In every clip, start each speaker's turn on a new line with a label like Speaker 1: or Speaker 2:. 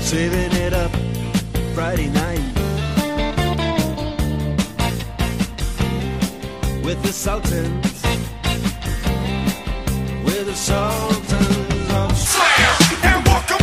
Speaker 1: saving it up Friday night with the Sultans, with the Sultans of.
Speaker 2: Welcome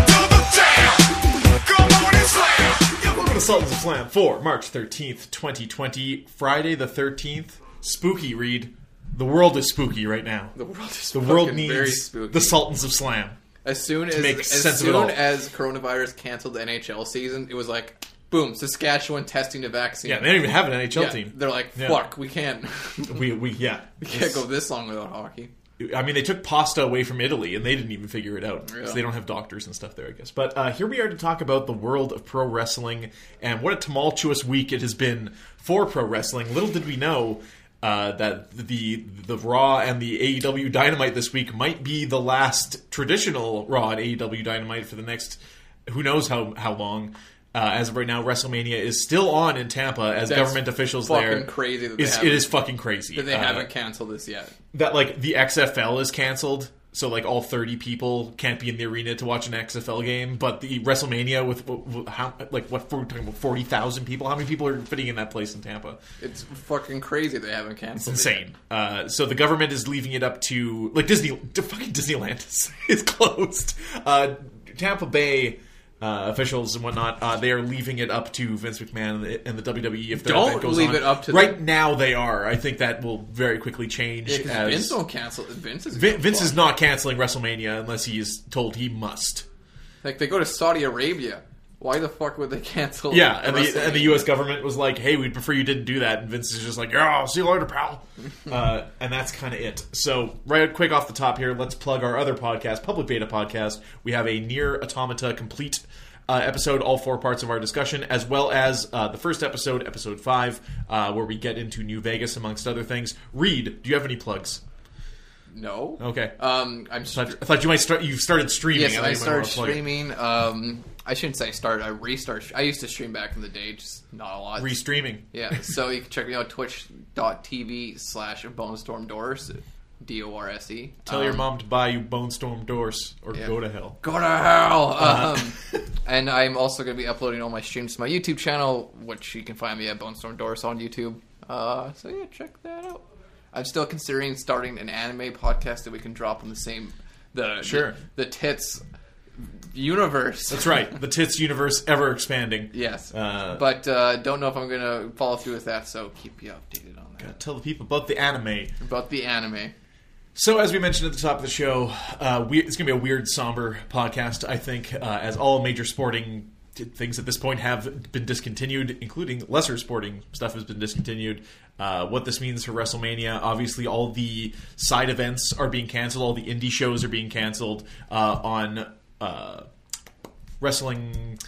Speaker 2: to Sultans of Slam for March 13th, 2020, Friday the 13th. Spooky, Reed. The world is spooky right now.
Speaker 3: The world is
Speaker 2: The world
Speaker 3: fucking very
Speaker 2: needs
Speaker 3: spooky.
Speaker 2: the Sultans of Slam.
Speaker 3: as soon as
Speaker 2: make
Speaker 3: as
Speaker 2: sense of it
Speaker 3: soon
Speaker 2: all.
Speaker 3: as coronavirus canceled the NHL season, it was like boom, Saskatchewan testing the vaccine.
Speaker 2: Yeah, they don't even have an NHL
Speaker 3: Yeah,
Speaker 2: team.
Speaker 3: They're like,
Speaker 2: Yeah.
Speaker 3: fuck, we can't
Speaker 2: We, we, yeah.
Speaker 3: we can't go this long without hockey.
Speaker 2: I mean, they took pasta away from Italy and they didn't even figure it out. 'cause
Speaker 3: Yeah.
Speaker 2: they don't have doctors and stuff there, I guess. But uh, here we are to talk about the world of pro wrestling and what a tumultuous week it has been for pro wrestling. Little did we know. Uh, that the the Raw and the AEW Dynamite this week might be the last traditional Raw and AEW Dynamite for the next who knows how how long. Uh, as of right now, WrestleMania is still on in Tampa as
Speaker 3: That's
Speaker 2: government officials
Speaker 3: fucking
Speaker 2: there.
Speaker 3: crazy that they
Speaker 2: it's, it
Speaker 3: haven't-
Speaker 2: is fucking crazy
Speaker 3: But they
Speaker 2: Uh,
Speaker 3: haven't canceled this yet.
Speaker 2: that like the XFL is canceled, so like all thirty people can't be in the arena to watch an XFL game. But the WrestleMania with, with how like what we're talking about forty thousand people. How many people are fitting in that place in Tampa?
Speaker 3: It's fucking crazy they haven't canceled.
Speaker 2: It's
Speaker 3: it yet.
Speaker 2: insane. Uh, so the government is leaving it up to like Disney. To fucking Disneyland is, is closed. Uh, Tampa Bay. Uh, officials and whatnot, uh, they are leaving it up to Vince McMahon and the, and the WWE. If that
Speaker 3: Don't
Speaker 2: event goes
Speaker 3: leave
Speaker 2: on.
Speaker 3: it up to
Speaker 2: right
Speaker 3: them.
Speaker 2: now. They are. I think that will very quickly change.
Speaker 3: Yeah, 'cause
Speaker 2: as...
Speaker 3: Vince don't cancel. Vince is
Speaker 2: Vin- Vince is not canceling WrestleMania unless he is told he must.
Speaker 3: like they go to Saudi Arabia. Why the fuck would they cancel?
Speaker 2: Yeah, and the, and the
Speaker 3: WrestleMania?
Speaker 2: U.S. government was like, "Hey, we'd prefer you didn't do that." And Vince is just like, "Yeah, I'll see you later, pal." uh, and that's kind of it. So, right, quick off the top here, let's plug our other podcast, Public Beta Podcast. We have a near automata complete. Uh, episode, all four parts of our discussion, as well as uh, the first episode, episode five, uh, where we get into New Vegas, amongst other things. Reed, do you have any plugs?
Speaker 3: no.
Speaker 2: Okay,
Speaker 3: Um, I'm
Speaker 2: I thought- I thought you might start. You started streaming.
Speaker 3: Yes,
Speaker 2: thought
Speaker 3: I
Speaker 2: you might wanna
Speaker 3: started
Speaker 2: plug it.
Speaker 3: streaming. Um, I shouldn't say start. I restart. I used to stream back in the day, just not a lot.
Speaker 2: Restreaming.
Speaker 3: yeah, so you can check me out twitch.tv slash bonestormdoors, D O R S E.
Speaker 2: Tell your mom to buy you Bone Storm Doors or
Speaker 3: yeah.
Speaker 2: go to hell.
Speaker 3: Go to hell!
Speaker 2: Uh-huh.
Speaker 3: Um, and I'm also going to be uploading all my streams to my YouTube channel, which you can find me at bonestormdoors on YouTube. Uh, so yeah, check that out. I'm still considering starting an anime podcast that we can drop on the same the
Speaker 2: Sure.
Speaker 3: the, the tits universe.
Speaker 2: That's right. The tits universe ever expanding.
Speaker 3: Yes,
Speaker 2: Uh,
Speaker 3: but uh, don't know if I'm gonna follow through with that. So keep you updated on that
Speaker 2: Tell the people about the anime.
Speaker 3: about the anime.
Speaker 2: So, as we mentioned at the top of the show, uh, we, it's going to be a weird, somber podcast, I think, uh, as all major sporting t- things at this point have been discontinued, including lesser sporting stuff has been discontinued. Uh, what this means for WrestleMania, obviously, all the side events are being canceled, all the indie shows are being canceled uh, on. Uh, wrestling.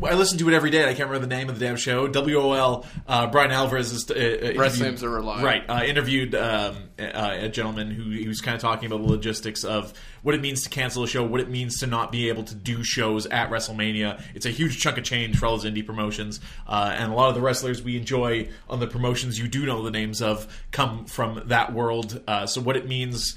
Speaker 2: I listen to it every day. and I can't remember the name of the damn show. WOL. Uh, Brian Alvarez is uh, uh, interviewed-
Speaker 3: names are reliable.
Speaker 2: Right, uh, interviewed um, uh, a gentleman who he was kind of talking about the logistics of what it means to cancel a show, what it means to not be able to do shows at WrestleMania. It's a huge chunk of change for all those indie promotions, uh, and a lot of the wrestlers we enjoy on the promotions you do know the names of come from that world. Uh, so what it means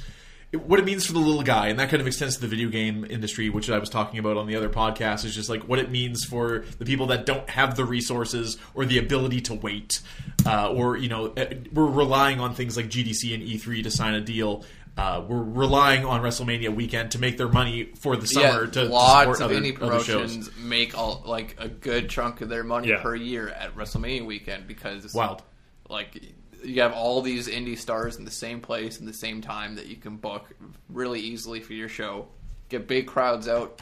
Speaker 2: what it means for the little guy, and that kind of extends to the video game industry, which I was talking about on the other podcast, is just like what it means for the people that don't have the resources or the ability to wait, uh, or you know, eh, we're relying on things like GDC and E3 to sign a deal. Uh, we're relying on WrestleMania weekend to make their money for the summer to, to
Speaker 3: lots
Speaker 2: support
Speaker 3: of
Speaker 2: other,
Speaker 3: indie
Speaker 2: other shows.
Speaker 3: promotions make all like a good chunk of their money
Speaker 2: Yeah.
Speaker 3: per year at WrestleMania weekend because
Speaker 2: Wild.
Speaker 3: like you have all these indie stars in the same place and the same time that you can book really easily for your show, get big crowds out,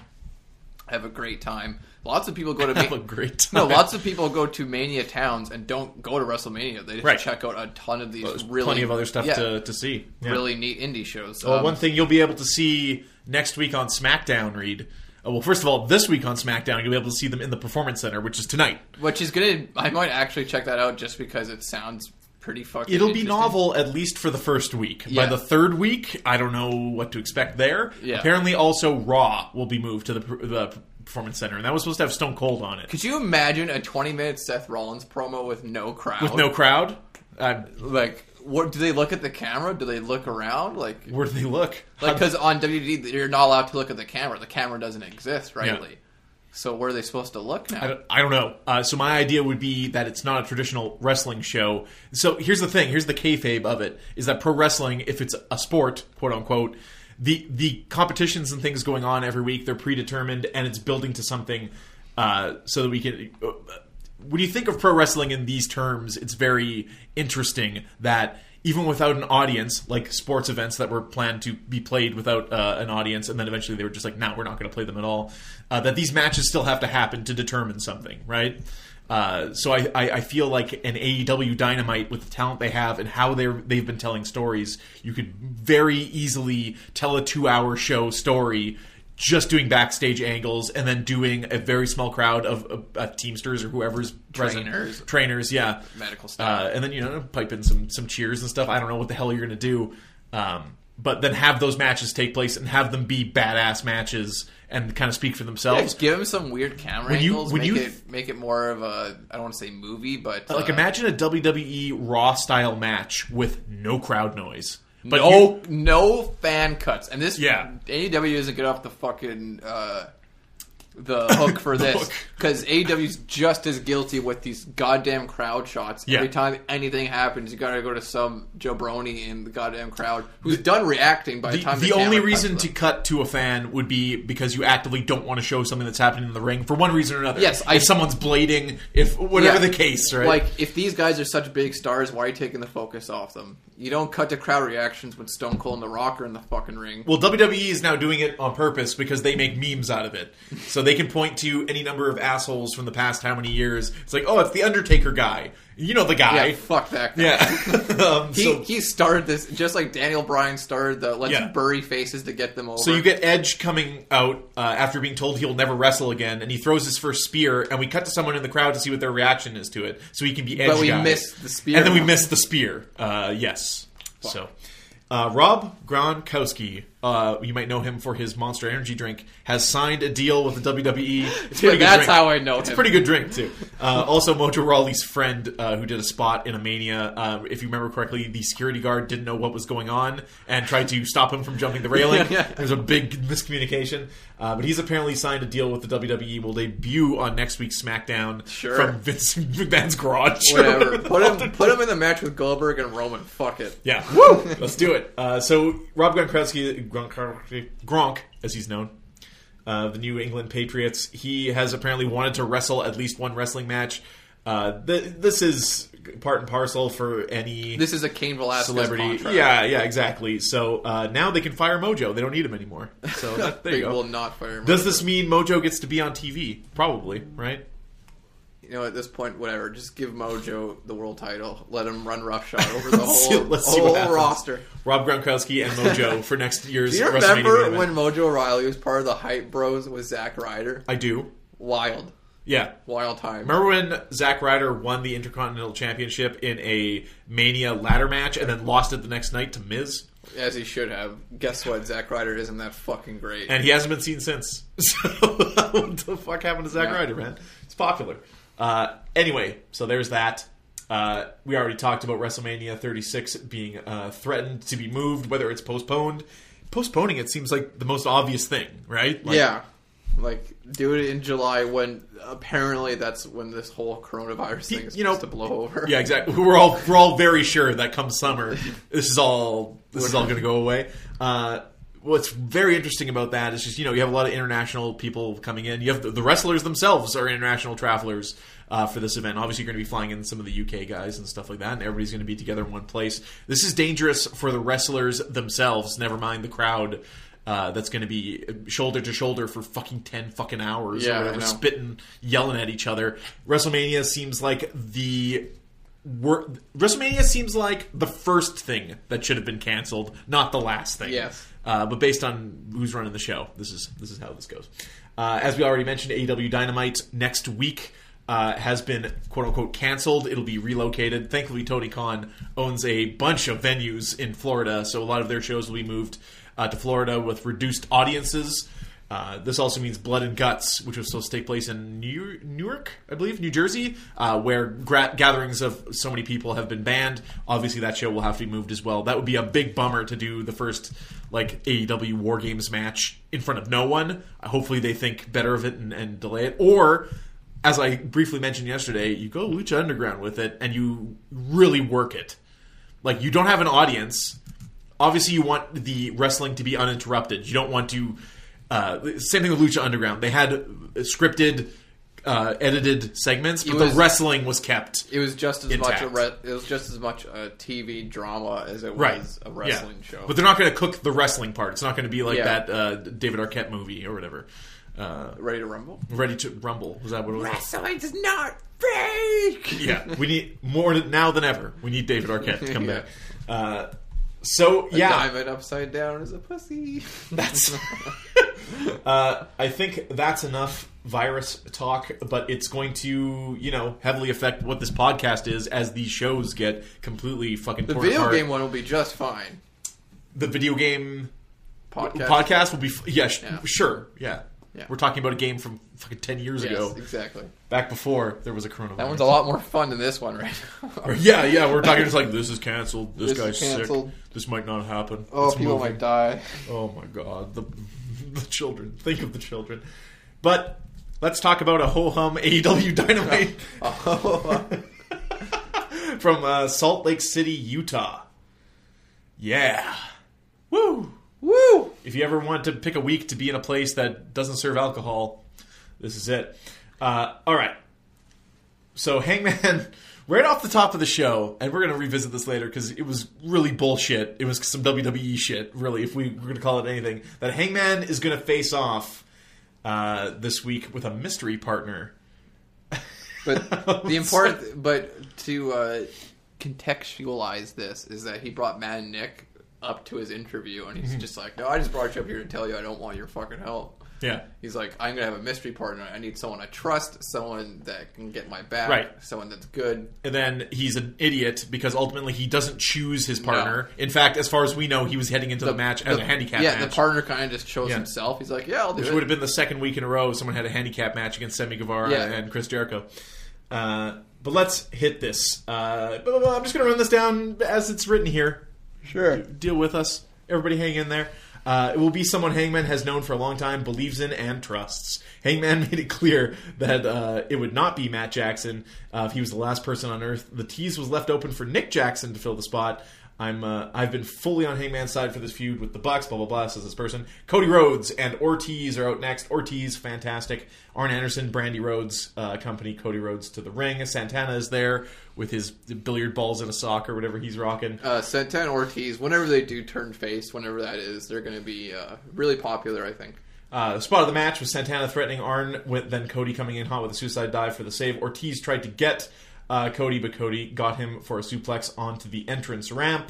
Speaker 3: have a great time. Lots of people go to
Speaker 2: Have
Speaker 3: Ma-
Speaker 2: a great
Speaker 3: No,
Speaker 2: time.
Speaker 3: lots of people go to mania towns and don't go to WrestleMania. They just
Speaker 2: Right.
Speaker 3: check out a ton of these
Speaker 2: There's
Speaker 3: really
Speaker 2: plenty of other stuff
Speaker 3: yeah,
Speaker 2: to, to see. Yeah.
Speaker 3: really neat indie shows.
Speaker 2: Well,
Speaker 3: Um,
Speaker 2: one thing you'll be able to see next week on SmackDown, Reed. Uh, well, first of all, this week on SmackDown, you'll be able to see them in the Performance Center, which is tonight.
Speaker 3: which is gonna, I might actually check that out just because it sounds pretty fucking.
Speaker 2: It'll be
Speaker 3: interesting.
Speaker 2: novel at least for the first week.
Speaker 3: Yeah.
Speaker 2: By the third week, I don't know what to expect there.
Speaker 3: Yeah.
Speaker 2: Apparently, also Raw will be moved to the, per- the Performance Center, and that was supposed to have Stone Cold on it
Speaker 3: Could you imagine a twenty-minute Seth Rollins promo with no crowd?
Speaker 2: with no crowd. Uh,
Speaker 3: like, what do they look at the camera? Do they look around? Like,
Speaker 2: where do they look?
Speaker 3: like because on WD you're not allowed to look at the camera. The camera doesn't exist, rightly. So where are they supposed to look
Speaker 2: I
Speaker 3: now?
Speaker 2: don't, I don't know. Uh, so my idea would be that it's not a traditional wrestling show. So here's the thing. Here's the kayfabe of it: is that pro wrestling, if it's a sport, quote unquote, the the competitions and things going on every week, they're predetermined and it's building to something. Uh, so that we can. When you think of pro wrestling in these terms, it's very interesting that even without an audience, like sports events that were planned to be played without uh, an audience, and then eventually they were just like, "No, we're not going to play them at all." Uh, that these matches still have to happen to determine something, right? Uh, so I, I, I feel like an AEW Dynamite with the talent they have and how they they've been telling stories, you could very easily tell a two-hour show story just doing backstage angles and then doing a very small crowd of uh, uh, teamsters or whoever's present
Speaker 3: Trainers.
Speaker 2: trainers yeah
Speaker 3: Medical staff.
Speaker 2: uh, and then you know pipe in some some cheers and stuff. I don't know what the hell you're gonna do, um, but then have those matches take place and have them be badass matches and kind of speak for
Speaker 3: Yeah,
Speaker 2: themselves.
Speaker 3: just give him some weird camera
Speaker 2: When you-
Speaker 3: angles.
Speaker 2: when
Speaker 3: make
Speaker 2: you-
Speaker 3: it make it more of a I don't want to say movie, but
Speaker 2: like
Speaker 3: uh,
Speaker 2: imagine a WWE Raw style match with no crowd noise, but oh, you-
Speaker 3: no no fan cuts. And this E
Speaker 2: Yeah.
Speaker 3: AEW doesn't get off the fucking uh, the hook for this
Speaker 2: hook.
Speaker 3: because AEW's just as guilty with these goddamn crowd shots.
Speaker 2: Yeah.
Speaker 3: Every time anything happens, you got to go to some jabroni in the goddamn crowd who's done reacting by the,
Speaker 2: the,
Speaker 3: time.
Speaker 2: the
Speaker 3: The,
Speaker 2: only
Speaker 3: camera cuts
Speaker 2: reason
Speaker 3: them.
Speaker 2: to cut to a fan would be because you actively don't want to show something that's happening in the ring for one reason or another.
Speaker 3: Yes, I-
Speaker 2: if someone's blading, if whatever
Speaker 3: Yeah.
Speaker 2: the case, right?
Speaker 3: Like, if these guys are such big stars, why are you taking the focus off them? You don't cut to crowd reactions when Stone Cold and The Rock are in the fucking ring.
Speaker 2: Well, WWE is now doing it on purpose because they make memes out of it. So they can point to any number of assholes from the past how many years. It's like, oh, it's the Undertaker guy. You know the
Speaker 3: yeah,
Speaker 2: guy.
Speaker 3: fuck that guy.
Speaker 2: Yeah. um,
Speaker 3: He,
Speaker 2: so,
Speaker 3: he started this just like Daniel Bryan started the let's
Speaker 2: Yeah.
Speaker 3: bury faces to get them over.
Speaker 2: so you get Edge coming out uh, after being told he'll never wrestle again, and he throws his first spear, and we cut to someone in the crowd to see what their reaction is to it, so he can be Edge.
Speaker 3: we
Speaker 2: guy.
Speaker 3: missed the spear.
Speaker 2: and then we missed the spear. Uh, yes. So. Uh, Rob Gronkowski, uh, you might know him for his Monster Energy drink, has signed a deal with the WWE. It's a
Speaker 3: Yeah,
Speaker 2: pretty good
Speaker 3: that's
Speaker 2: drink.
Speaker 3: how I know
Speaker 2: It's a
Speaker 3: him.
Speaker 2: pretty good drink too. Uh, also, Mojo Rawley's friend, uh, who did a spot in a Mania, uh, if you remember correctly, the security guard didn't know what was going on and tried to stop him from jumping the railing.
Speaker 3: Yeah.
Speaker 2: There's a big miscommunication, uh, but he's apparently signed a deal with the WWE. Will debut on next week's SmackDown
Speaker 3: Sure.
Speaker 2: from Vince McMahon's garage.
Speaker 3: whatever. put him put him in the match with Goldberg and Roman. Fuck it.
Speaker 2: Yeah, woo! Let's do it. Uh, so Rob Gronkowski, Gronkowski, Gronk, as he's known, uh, the New England Patriots. He has apparently wanted to wrestle at least one wrestling match. Uh, th- this is part and parcel for any
Speaker 3: This is a Kane Velasquez
Speaker 2: celebrity.
Speaker 3: Contract.
Speaker 2: Yeah, yeah, exactly. So uh, now they can fire Mojo. They don't need him anymore. So that, there
Speaker 3: They
Speaker 2: you go.
Speaker 3: will not fire him.
Speaker 2: Does this mean Mojo gets to be on TV? Probably, right?
Speaker 3: you know, at this point, whatever. Just give Mojo the world title. Let him run roughshod over the whole,
Speaker 2: Let's see- let's see what
Speaker 3: whole
Speaker 2: happens.
Speaker 3: roster.
Speaker 2: Rob Gronkowski and Mojo for next year's.
Speaker 3: Do you
Speaker 2: WrestleMania main
Speaker 3: remember
Speaker 2: event.
Speaker 3: when Mojo O'Reilly was part of the Hype Bros with Zack Ryder?
Speaker 2: I do?
Speaker 3: Wild,
Speaker 2: Yeah,
Speaker 3: wild time.
Speaker 2: Remember when Zack Ryder won the Intercontinental Championship in a Mania ladder match and then lost it the next night to Miz?
Speaker 3: As he should have. Guess what? Zack Ryder isn't that fucking great.
Speaker 2: And he hasn't been seen since. So what the fuck happened to Zack
Speaker 3: Yeah.
Speaker 2: Ryder, man? It's popular. Uh, anyway, so there's that. Uh, we already talked about WrestleMania 36 being uh, threatened to be moved, whether it's postponed. Postponing it seems like the most obvious thing, right? Like,
Speaker 3: yeah. Like, do it in July when apparently that's when this whole coronavirus thing is
Speaker 2: you know,
Speaker 3: supposed to blow over.
Speaker 2: Yeah, exactly. We're all we're all very sure that come summer, this is all this is all going to go away. Uh, what's very interesting about that is just you know you have a lot of international people coming in. You have the, the wrestlers themselves are international travelers uh, for this event. Obviously, you're going to be flying in some of the UK guys and stuff like that, and everybody's going to be together in one place. This is dangerous for the wrestlers themselves. Never mind the crowd. Uh, that's going to be shoulder to shoulder for fucking ten fucking hours
Speaker 3: Yeah, I
Speaker 2: or whatever,
Speaker 3: know.
Speaker 2: spitting, yelling at each other. WrestleMania seems like the wor- WrestleMania seems like the first thing that should have been canceled, not the last thing.
Speaker 3: Yes.
Speaker 2: Uh, but based on who's running the show, this is this is how this goes. Uh, as we already mentioned, AEW Dynamite next week uh, has been quote unquote canceled. It'll be relocated. Thankfully, Tony Khan owns a bunch of venues in Florida, so a lot of their shows will be moved uh, to Florida with reduced audiences. Uh, this also means Blood and Guts, which was supposed to take place in New- Newark, I believe, New Jersey, uh, where gra- gatherings of so many people have been banned. Obviously, that show will have to be moved as well. That would be a big bummer to do the first like AEW War Games match in front of no one. Hopefully, they think better of it and, and delay it. Or, as I briefly mentioned yesterday, you go Lucha Underground with it and you really work it. Like you don't have an audience. Obviously, you want the wrestling to be uninterrupted. You don't want to. Uh, same thing with Lucha Underground. They had uh, scripted, uh, edited segments, but
Speaker 3: It was-
Speaker 2: the wrestling was kept.
Speaker 3: It was just as much a
Speaker 2: Intact.
Speaker 3: re- it was just as much a TV drama as it was
Speaker 2: right.
Speaker 3: a wrestling
Speaker 2: Yeah.
Speaker 3: show.
Speaker 2: But they're not going to cook the wrestling part. It's not going to be like
Speaker 3: Yeah.
Speaker 2: that uh, David Arquette movie or whatever. Uh,
Speaker 3: Ready to rumble?
Speaker 2: Ready to Rumble. Was that what it was?
Speaker 3: Wrestling is not fake.
Speaker 2: yeah, we need more than- now than ever. We need David Arquette to come
Speaker 3: Yeah.
Speaker 2: back. Uh, so yeah,
Speaker 3: Diamond upside down is a pussy.
Speaker 2: That's. uh, I think that's enough virus talk, but it's going to, you know, heavily affect what this podcast is as these shows get completely fucking
Speaker 3: The
Speaker 2: torn
Speaker 3: video
Speaker 2: apart.
Speaker 3: game one will be just fine.
Speaker 2: The video game
Speaker 3: Podcast.
Speaker 2: podcast will be. F- yeah, sh-
Speaker 3: Yeah.
Speaker 2: sure. Yeah.
Speaker 3: Yeah.
Speaker 2: We're talking about a game from fucking 10 years
Speaker 3: Yes,
Speaker 2: ago,
Speaker 3: exactly.
Speaker 2: back before there was a coronavirus.
Speaker 3: That one's a lot more fun than this one right now.
Speaker 2: Yeah, yeah, we're talking just like this is canceled. This,
Speaker 3: This is
Speaker 2: guy's
Speaker 3: canceled.
Speaker 2: sick. This might not happen.
Speaker 3: oh,
Speaker 2: It's
Speaker 3: people
Speaker 2: moving.
Speaker 3: might die.
Speaker 2: Oh my god, the the children. Think of the children. But let's talk about a ho hum AEW Dynamite from uh, Salt Lake City, Utah. Yeah, woo.
Speaker 3: Woo!
Speaker 2: If you ever want to pick a week to be in a place that doesn't serve alcohol, this is it. Uh, all right. So, Hangman, right off the top of the show, and we're going to revisit this later because it was really bullshit. It was some WWE shit, really, if we were going to call it anything. That Hangman is going to face off uh, this week with a mystery partner.
Speaker 3: But the important, but to uh, contextualize this is that he brought Mad Nick up to his interview, and
Speaker 2: Mm-hmm.
Speaker 3: he's just like, "No, I just brought you up here to tell you I don't want your fucking help."
Speaker 2: Yeah.
Speaker 3: He's like, "I'm gonna have a mystery partner. I need someone I trust, someone that can get my back,
Speaker 2: Right.
Speaker 3: Someone that's good."
Speaker 2: And then he's an idiot because ultimately he doesn't choose his
Speaker 3: No.
Speaker 2: partner. In fact, as far as we know, he was heading into the, match as
Speaker 3: The-
Speaker 2: a handicap
Speaker 3: yeah,
Speaker 2: match.
Speaker 3: the partner kind of just chose
Speaker 2: Yeah.
Speaker 3: himself. He's like, "Yeah, I'll do
Speaker 2: which
Speaker 3: it."
Speaker 2: would have been the second week in a row someone had a handicap match against Sammy Guevara
Speaker 3: Yeah.
Speaker 2: and Chris Jericho. Uh, but let's hit this. Uh, blah, blah, blah. I'm just going to run this down as it's written here.
Speaker 3: Sure.
Speaker 2: Deal with us. Everybody hang in there. Uh, it will be someone Hangman has known for a long time, believes in, and trusts. Hangman made it clear that uh, it would not be Matt Jackson uh, if he was the last person on Earth. The tease was left open for Nick Jackson to fill the spot. I'm uh, I've been fully on Hangman's side for this feud with the Bucks. Blah blah blah. Says this person. Cody Rhodes and Ortiz are out next. Ortiz, fantastic. Arn Anderson, Brandy Rhodes uh, accompany Cody Rhodes to the ring. Santana is there with his billiard balls in a sock or whatever he's rocking.
Speaker 3: Uh, Santana Ortiz, whenever they do turn face, whenever that is, they're going to be uh, really popular, I think.
Speaker 2: Uh, the spot of the match was Santana threatening Arn, with then Cody coming in hot with a suicide dive for the save. Ortiz tried to get uh, Cody, but Cody got him for a suplex onto the entrance ramp.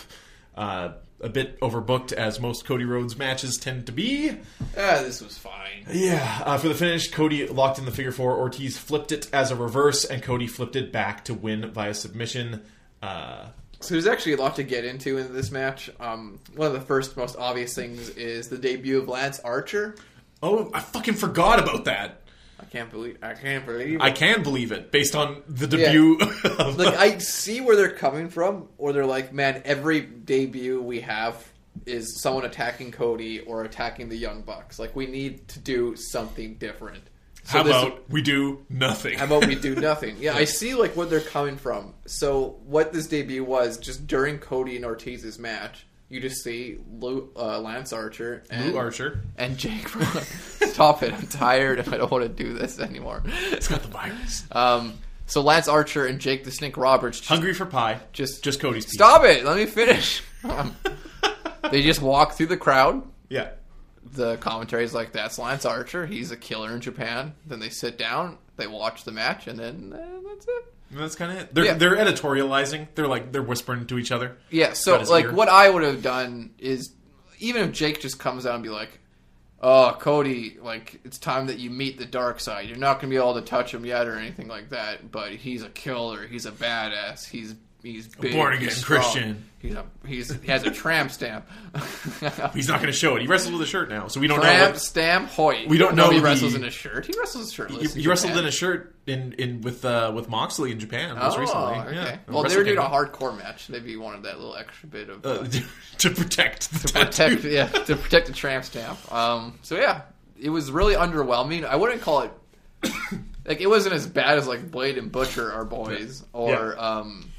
Speaker 2: Uh, a bit overbooked, as most Cody Rhodes matches tend to be.
Speaker 3: Ah, this was fine.
Speaker 2: Yeah, uh, for the finish, Cody locked in the figure four. Ortiz flipped it as a reverse, and Cody flipped it back to win via submission. Uh,
Speaker 3: So there's actually a lot to get into in this match. Um, one of the first, most obvious things is the debut of Lance Archer.
Speaker 2: oh, I fucking forgot about that.
Speaker 3: I can't believe. I can't believe.
Speaker 2: I
Speaker 3: I,
Speaker 2: can believe it based on the debut. of
Speaker 3: like I see where they're coming from, or they're like, man, every debut we have is someone attacking Cody or attacking the Young Bucks. Like we need to do something different. So
Speaker 2: How
Speaker 3: this-
Speaker 2: about we do nothing?
Speaker 3: How about we do nothing? Yeah, I see like where they're coming from. So what this debut was just during Cody and Ortiz's match, you just see Lou, uh, Lance Archer and
Speaker 2: Lou Archer.
Speaker 3: and Jake. Rollins. Stop it! I'm tired and I don't want to do this anymore.
Speaker 2: got the virus.
Speaker 3: Um, so Lance Archer and Jake the Snake Roberts. Just,
Speaker 2: Hungry for pie.
Speaker 3: Just-
Speaker 2: just Cody's piece.
Speaker 3: stop it! Let me finish. Um, they just walk through the crowd.
Speaker 2: Yeah.
Speaker 3: the commentary is like, "That's Lance Archer. He's a killer in Japan." Then they sit down, they watch the match, and then uh, that's it.
Speaker 2: And That's kind of it. They're
Speaker 3: Yeah.
Speaker 2: they're editorializing. They're like they're whispering to each other.
Speaker 3: Yeah, so
Speaker 2: Got his
Speaker 3: like
Speaker 2: ear.
Speaker 3: what I would have done is even if Jake just comes out and be like, "Oh, Cody, like it's time that you meet the dark side. You're not going to be able to touch him yet or anything like that, but he's a killer. He's a badass. He's he's big,
Speaker 2: born again
Speaker 3: he's strong.
Speaker 2: Christian.
Speaker 3: He's a, he's he has a tramp stamp.
Speaker 2: He's not going to show it. He wrestles with a shirt now, so we don't know.
Speaker 3: tramp
Speaker 2: what-
Speaker 3: stamp Hoyt.
Speaker 2: We don't know
Speaker 3: he
Speaker 2: the-
Speaker 3: wrestles in a shirt. He wrestles shirtless.
Speaker 2: he,
Speaker 3: He's
Speaker 2: he wrestled
Speaker 3: Japan.
Speaker 2: in a shirt in in with uh, with Moxley in Japan most
Speaker 3: Oh,
Speaker 2: recently.
Speaker 3: okay.
Speaker 2: Yeah.
Speaker 3: Well, they
Speaker 2: Wrestle
Speaker 3: were doing a
Speaker 2: Kingdom.
Speaker 3: hardcore match. Maybe you wanted that little extra bit of
Speaker 2: Uh, to protect the tattoo.
Speaker 3: protect, yeah, to protect the tramp stamp. Um, so yeah, it was really underwhelming. I wouldn't call it like it wasn't as bad as like Blade and Butcher are boys or um,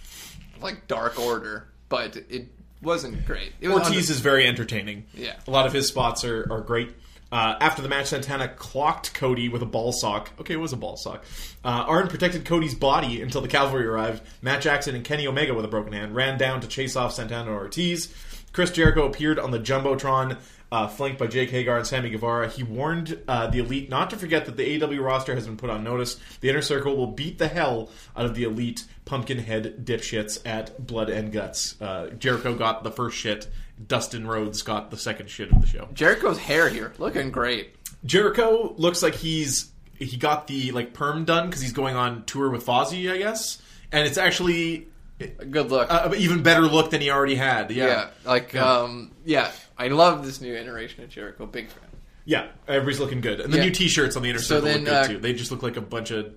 Speaker 3: like Dark Order, but it wasn't great. It was under-
Speaker 2: Ortiz is very entertaining.
Speaker 3: Yeah.
Speaker 2: A lot of his spots are, are great. Uh, after the match, Santana clocked Cody with a ball sock. Okay, it was a ball sock. Uh, Arn protected Cody's body until the cavalry arrived. Matt Jackson and Kenny Omega with a broken hand ran down to chase off Santana and Ortiz. Chris Jericho appeared on the Jumbotron, uh, flanked by Jake Hagar and Sammy Guevara. He warned uh, the Elite not to forget that the AW roster has been put on notice. The Inner Circle will beat the hell out of the Elite Pumpkinhead dipshits at Blood and Guts. Uh, Jericho got the first shit. Dustin Rhodes got the second shit of the show.
Speaker 3: Jericho's hair here looking great.
Speaker 2: Jericho looks like he's he got the like perm done because he's going on tour with Fozzy, I guess, and it's actually
Speaker 3: Good look.
Speaker 2: a, a even better look than he already had. Uh, Yeah,
Speaker 3: yeah, like
Speaker 2: Yeah.
Speaker 3: um, yeah, I love this new iteration of Jericho. Big fan.
Speaker 2: Yeah, everybody's looking good, and the
Speaker 3: Yeah.
Speaker 2: new T-shirts on the inner
Speaker 3: So
Speaker 2: circle
Speaker 3: then,
Speaker 2: look good
Speaker 3: uh,
Speaker 2: too. They just look like a bunch of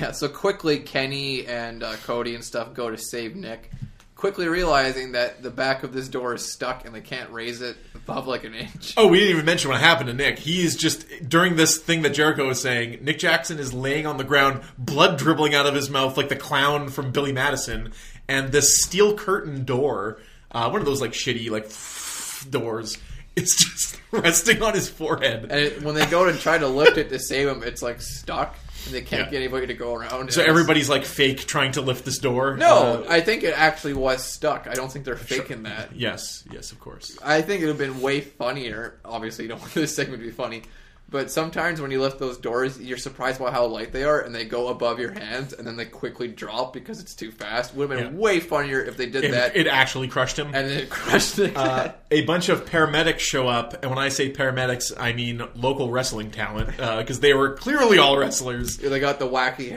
Speaker 3: Yeah, so quickly Kenny and uh, Cody and stuff go to save Nick, quickly realizing that the back of this door is stuck and they can't raise it above like an inch.
Speaker 2: Oh, we didn't even mention what happened to Nick. He is just during this thing that Jericho was saying. Nick Jackson is laying on the ground, blood dribbling out of his mouth like the clown from Billy Madison, and this steel curtain door, uh, one of those like shitty like doors, is just resting on his forehead.
Speaker 3: And it, when they go to try to lift it to save him, it's like stuck and they can't
Speaker 2: Yeah.
Speaker 3: get anybody to go around.
Speaker 2: so
Speaker 3: And it's-
Speaker 2: everybody's like fake trying to lift this door.
Speaker 3: No,
Speaker 2: Uh,
Speaker 3: I think it actually was stuck. I don't think they're faking that.
Speaker 2: yes, yes, of course.
Speaker 3: I think it would have been way funnier. Obviously, you don't want this segment to be funny. But sometimes when you lift those doors, you're surprised by how light they are, and they go above your hands, and then they quickly drop because it's too fast. Would have been
Speaker 2: Yeah.
Speaker 3: way funnier if they did
Speaker 2: It,
Speaker 3: that
Speaker 2: it actually crushed him.
Speaker 3: and then it crushed the
Speaker 2: Uh, a bunch of paramedics show up, and when I say paramedics, I mean local wrestling talent because they were clearly all wrestlers.
Speaker 3: they got the wacky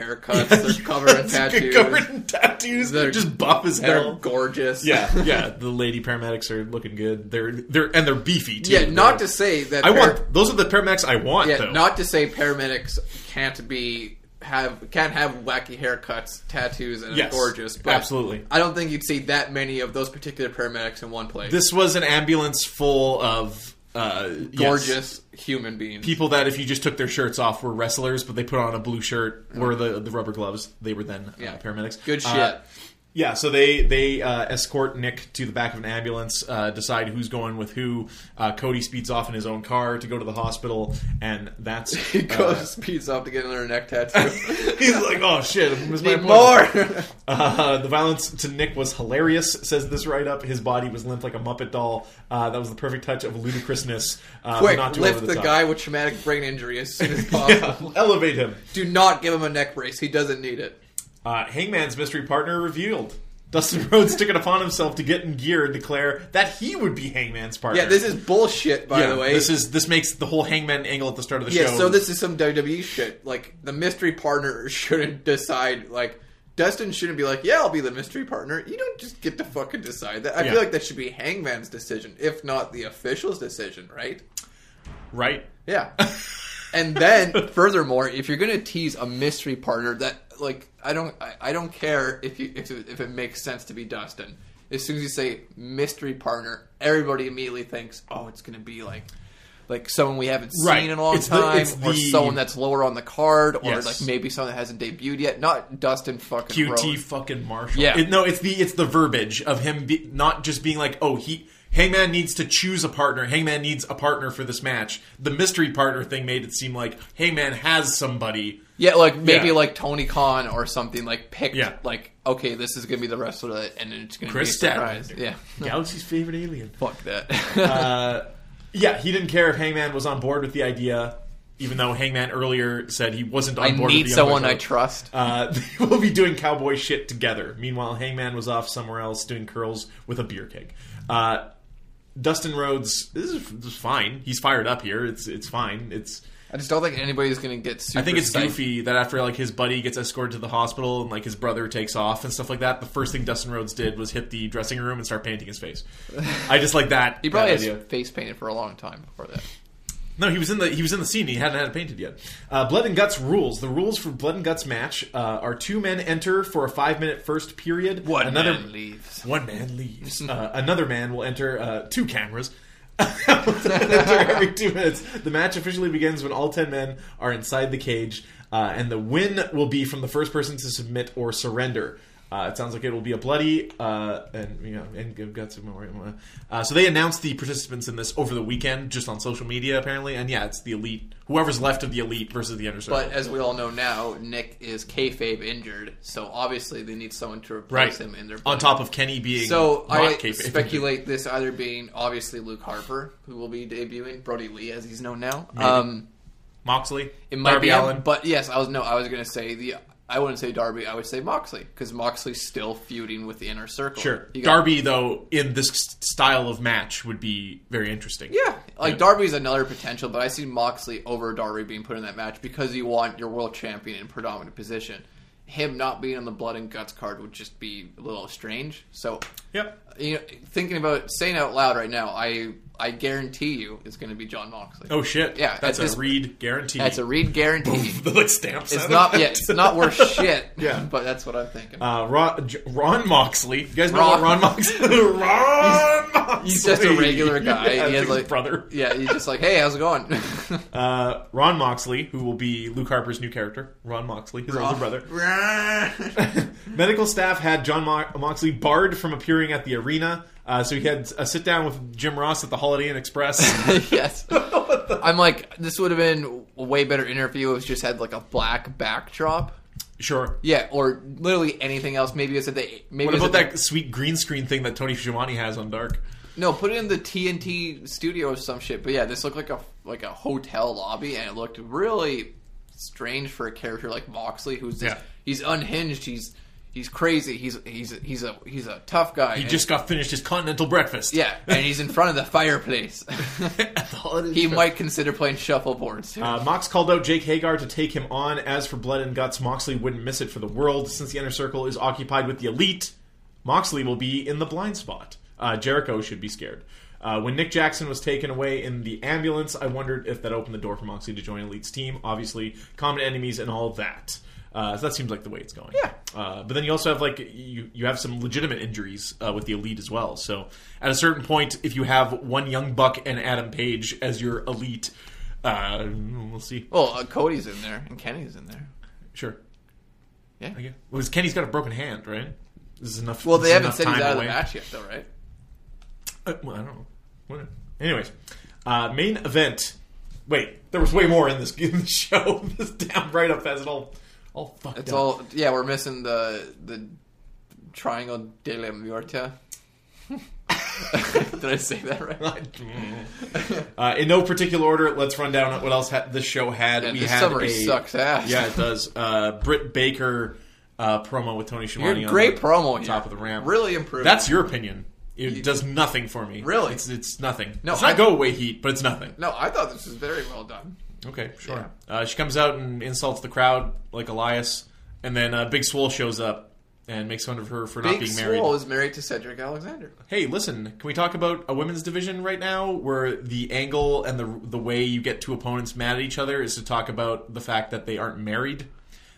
Speaker 3: haircuts. They're covered in tattoos.
Speaker 2: covered in tattoos,
Speaker 3: They're-
Speaker 2: just buff as
Speaker 3: They're
Speaker 2: hell.
Speaker 3: gorgeous.
Speaker 2: yeah, yeah. The lady paramedics are looking good. They're they're and they're beefy too.
Speaker 3: yeah. Not
Speaker 2: They're-
Speaker 3: to say that
Speaker 2: I
Speaker 3: par-
Speaker 2: want those are the paramedics I want
Speaker 3: Yeah,
Speaker 2: though.
Speaker 3: not to say paramedics can't be have can't have wacky haircuts, tattoos, and
Speaker 2: Yes,
Speaker 3: are gorgeous. But
Speaker 2: absolutely.
Speaker 3: I don't think you'd see that many of those particular paramedics in one place.
Speaker 2: this was an ambulance full of uh, yes,
Speaker 3: gorgeous human beings.
Speaker 2: people that if you just took their shirts off were wrestlers, but they put on a blue shirt, wore the the rubber gloves. They were then uh,
Speaker 3: Yeah.
Speaker 2: paramedics.
Speaker 3: Good shit.
Speaker 2: Uh, Yeah, so they they uh, escort Nick to the back of an ambulance, uh, decide who's going with who. Uh, Cody speeds off in his own car to go to the hospital, and that's
Speaker 3: he goes
Speaker 2: uh,
Speaker 3: speeds up to get another neck tattoo.
Speaker 2: he's like, "Oh shit, I missed my
Speaker 3: Need
Speaker 2: appointment."
Speaker 3: more.
Speaker 2: Uh, the violence to Nick was hilarious, says this write up. His body was limp like a Muppet doll. Uh, that was the perfect touch of ludicrousness. Uh, but
Speaker 3: Quick,
Speaker 2: not too
Speaker 3: lift
Speaker 2: over the,
Speaker 3: the,
Speaker 2: top.
Speaker 3: guy with traumatic brain injury as soon as possible.
Speaker 2: Elevate him.
Speaker 3: Do not give him a neck brace. He doesn't need it.
Speaker 2: Uh, Hangman's mystery partner revealed. Dustin Rhodes took it upon himself to get in gear and declare that he would be Hangman's partner.
Speaker 3: Yeah, this is bullshit. By
Speaker 2: Yeah,
Speaker 3: the way,
Speaker 2: this is this makes the whole Hangman angle at the start of the
Speaker 3: Yeah,
Speaker 2: show.
Speaker 3: so this is some WWE shit. Like the mystery partner shouldn't decide. Like Dustin shouldn't be like, "Yeah, I'll be the mystery partner." You don't just get to fucking decide that. I
Speaker 2: Yeah.
Speaker 3: feel like that should be Hangman's decision, if not the official's decision, right?
Speaker 2: right?
Speaker 3: Yeah. and then, furthermore, if you're gonna tease a mystery partner, that like I don't, I, I don't care if you if it, if it makes sense to be Dustin. As soon as you say mystery partner, everybody immediately thinks, oh, it's gonna be like. Like someone we haven't seen
Speaker 2: Right.
Speaker 3: in a long
Speaker 2: It's the-
Speaker 3: time,
Speaker 2: it's
Speaker 3: or
Speaker 2: the-
Speaker 3: someone that's lower on the card, or
Speaker 2: Yes.
Speaker 3: like maybe someone that hasn't debuted yet. Not Dustin fucking
Speaker 2: QT
Speaker 3: Rhodes.
Speaker 2: fucking Marshall.
Speaker 3: Yeah.
Speaker 2: It- no, it's the it's the verbiage of him be, not just being like, oh, he Hangman needs to choose a partner. Hangman needs a partner for this match. The mystery partner thing made it seem like Hangman has somebody.
Speaker 3: Yeah, like maybe
Speaker 2: Yeah.
Speaker 3: like Tony Khan or something. Like picked,
Speaker 2: Yeah.
Speaker 3: like okay, this is gonna be the wrestler, that- and it's gonna
Speaker 2: Chris
Speaker 3: be a surprise.
Speaker 2: Statlander.
Speaker 3: Yeah,
Speaker 2: Galaxy's favorite alien.
Speaker 3: fuck that.
Speaker 2: Uh, yeah, he didn't care if Hangman was on board with the idea, even though Hangman earlier said he wasn't on
Speaker 3: I
Speaker 2: board.
Speaker 3: need
Speaker 2: with the other
Speaker 3: someone I
Speaker 2: idea.
Speaker 3: trust.
Speaker 2: Uh, they will be doing cowboy shit together. Meanwhile, Hangman was off somewhere else doing curls with a beer keg. Uh, Dustin Rhodes, this is, this is fine. He's fired up here. It's it's fine. It's
Speaker 3: I just don't think anybody's gonna get super.
Speaker 2: I think it's
Speaker 3: psyched.
Speaker 2: goofy that after like his buddy gets escorted to the hospital and like his brother takes off and stuff like that, the first thing Dustin Rhodes did was hit the dressing room and start painting his face. I just like that.
Speaker 3: He probably
Speaker 2: that
Speaker 3: has
Speaker 2: idea.
Speaker 3: face painted for a long time before that.
Speaker 2: No, he was in the he was in the scene. He hadn't had it painted yet. Uh, Blood and guts rules. The rules for blood and guts match uh, are two men enter for a five minute first period. another
Speaker 3: leaves.
Speaker 2: one man leaves. uh, another man will enter uh, two cameras. enter every two minutes. The match officially begins when all ten men are inside the cage, uh, and the win will be from the first person to submit or surrender. Uh, it sounds like it will be a bloody uh, and you know and give guts of memorial. Uh, so they announced the participants in this over the weekend, just on social media apparently. And yeah, it's the elite, whoever's left of the elite versus the inner circle.
Speaker 3: But as we all know now, Nick is kayfabe injured, so obviously they need someone to replace him in their.
Speaker 2: on top of Kenny being
Speaker 3: So
Speaker 2: not
Speaker 3: I
Speaker 2: kayfabe.
Speaker 3: speculate this either being obviously Luke Harper, who will be debuting Brody Lee as he's known now. Um,
Speaker 2: Moxley,
Speaker 3: it might
Speaker 2: Darby
Speaker 3: be him,
Speaker 2: Allin.
Speaker 3: but yes, I was no, I was gonna say the. I wouldn't say Darby. I would say Moxley because Moxley's still feuding with the inner circle.
Speaker 2: Sure.
Speaker 3: You got-
Speaker 2: Darby, though, in this s- style of match would be very interesting.
Speaker 3: Yeah, like
Speaker 2: Yeah.
Speaker 3: Darby's another potential, but I see Moxley over Darby being put in that match because you want your world champion in predominant position. Him not being on the blood and guts card would just be a little strange. So,
Speaker 2: Yep.
Speaker 3: you know, thinking about saying out loud right now, I I guarantee you it's going to be John Moxley.
Speaker 2: Oh, shit.
Speaker 3: Yeah,
Speaker 2: That's
Speaker 3: at
Speaker 2: a
Speaker 3: this-
Speaker 2: read guarantee.
Speaker 3: that's a read guarantee.
Speaker 2: the like, stamps.
Speaker 3: it's
Speaker 2: out
Speaker 3: not
Speaker 2: of
Speaker 3: yeah,
Speaker 2: it.
Speaker 3: it's not worth shit.
Speaker 2: Yeah.
Speaker 3: but that's what I'm thinking.
Speaker 2: Uh, Ron, J- Ron Moxley. You guys know
Speaker 3: Ron-
Speaker 2: what Ron Moxley? Ron Moxley.
Speaker 3: He's just a regular guy.
Speaker 2: Yeah,
Speaker 3: he
Speaker 2: that's
Speaker 3: has
Speaker 2: his
Speaker 3: like
Speaker 2: brother.
Speaker 3: Yeah, he's just like, hey, how's it going?
Speaker 2: Uh, Ron Moxley, who will be Luke Harper's new character. Ron Moxley, his older brother. Medical staff had John Mo- Moxley barred from appearing at the arena. Uh, so he had a sit down with Jim Ross at the Holiday Inn Express.
Speaker 3: yes. I'm like, this would have been a way better interview if it just had like a black backdrop.
Speaker 2: sure.
Speaker 3: Yeah, or literally anything else. Maybe it's at the maybe
Speaker 2: What
Speaker 3: it's
Speaker 2: about
Speaker 3: at
Speaker 2: that sweet green screen thing that Tony Schiavone has on Dark?
Speaker 3: the- no, put it in the TNT studio or some shit. But yeah, this looked like a like a hotel lobby, and it looked really strange for a character like Moxley, who's just,
Speaker 2: Yeah.
Speaker 3: he's unhinged. He's he's crazy. He's he's he's a he's a tough guy.
Speaker 2: He just got finished his continental breakfast.
Speaker 3: yeah, and he's in front of the fireplace. he might consider playing shuffleboard soon.
Speaker 2: Uh, Mox called out Jake Hagar to take him on. As for Blood and Guts, Moxley wouldn't miss it for the world. Since the Inner Circle is occupied with the Elite, Moxley will be in the blind spot. Uh, Jericho should be scared. Uh, when Nick Jackson was taken away in the ambulance, I wondered if that opened the door for Moxley to join Elite's team. Obviously, common enemies and all that. Uh, so that seems like the way it's going. Yeah. Uh, but then you also have like you you have some legitimate injuries uh, with the elite as well. So at a certain point, if you have one young buck and Adam Page as your elite, uh, we'll see.
Speaker 3: well, uh, Cody's in there and Kenny's in there.
Speaker 2: Sure.
Speaker 3: Yeah.
Speaker 2: I guess. Was Kenny's got a broken hand, right? This is enough.
Speaker 3: Well, they
Speaker 2: this is
Speaker 3: haven't
Speaker 2: enough
Speaker 3: said he's
Speaker 2: time
Speaker 3: out of the
Speaker 2: away.
Speaker 3: match yet, though, right?
Speaker 2: Uh, well, I don't know. Whatever. Anyways, uh, main event. Wait, there was way more in this, in this show. this damn write up has it all, all fucked
Speaker 3: It's
Speaker 2: up.
Speaker 3: all yeah. We're missing the the triangle de la muerte. Did I say that right?
Speaker 2: uh, in no particular order, let's run down what else ha- this show had.
Speaker 3: Yeah,
Speaker 2: we
Speaker 3: this
Speaker 2: had
Speaker 3: summary
Speaker 2: a,
Speaker 3: sucks ass.
Speaker 2: Yeah, it does. Uh, Britt Baker uh, promo with Tony Schiavone.
Speaker 3: Your
Speaker 2: on
Speaker 3: great
Speaker 2: the
Speaker 3: promo here.
Speaker 2: top of the ramp.
Speaker 3: Really improved.
Speaker 2: That's your opinion. It does nothing for me.
Speaker 3: Really?
Speaker 2: it's, it's nothing.
Speaker 3: No,
Speaker 2: it's not
Speaker 3: I-
Speaker 2: go away heat, but it's nothing.
Speaker 3: no. I thought this was very well done.
Speaker 2: Okay, sure. Uh, she comes out and insults the crowd like Elias, and then uh, Big Swole shows up and makes fun of her for not
Speaker 3: Big
Speaker 2: being married.
Speaker 3: Swole is married to Cedric Alexander.
Speaker 2: Hey, listen, can we talk about a women's division right now where the angle and the the way you get two opponents mad at each other is to talk about the fact that they aren't married?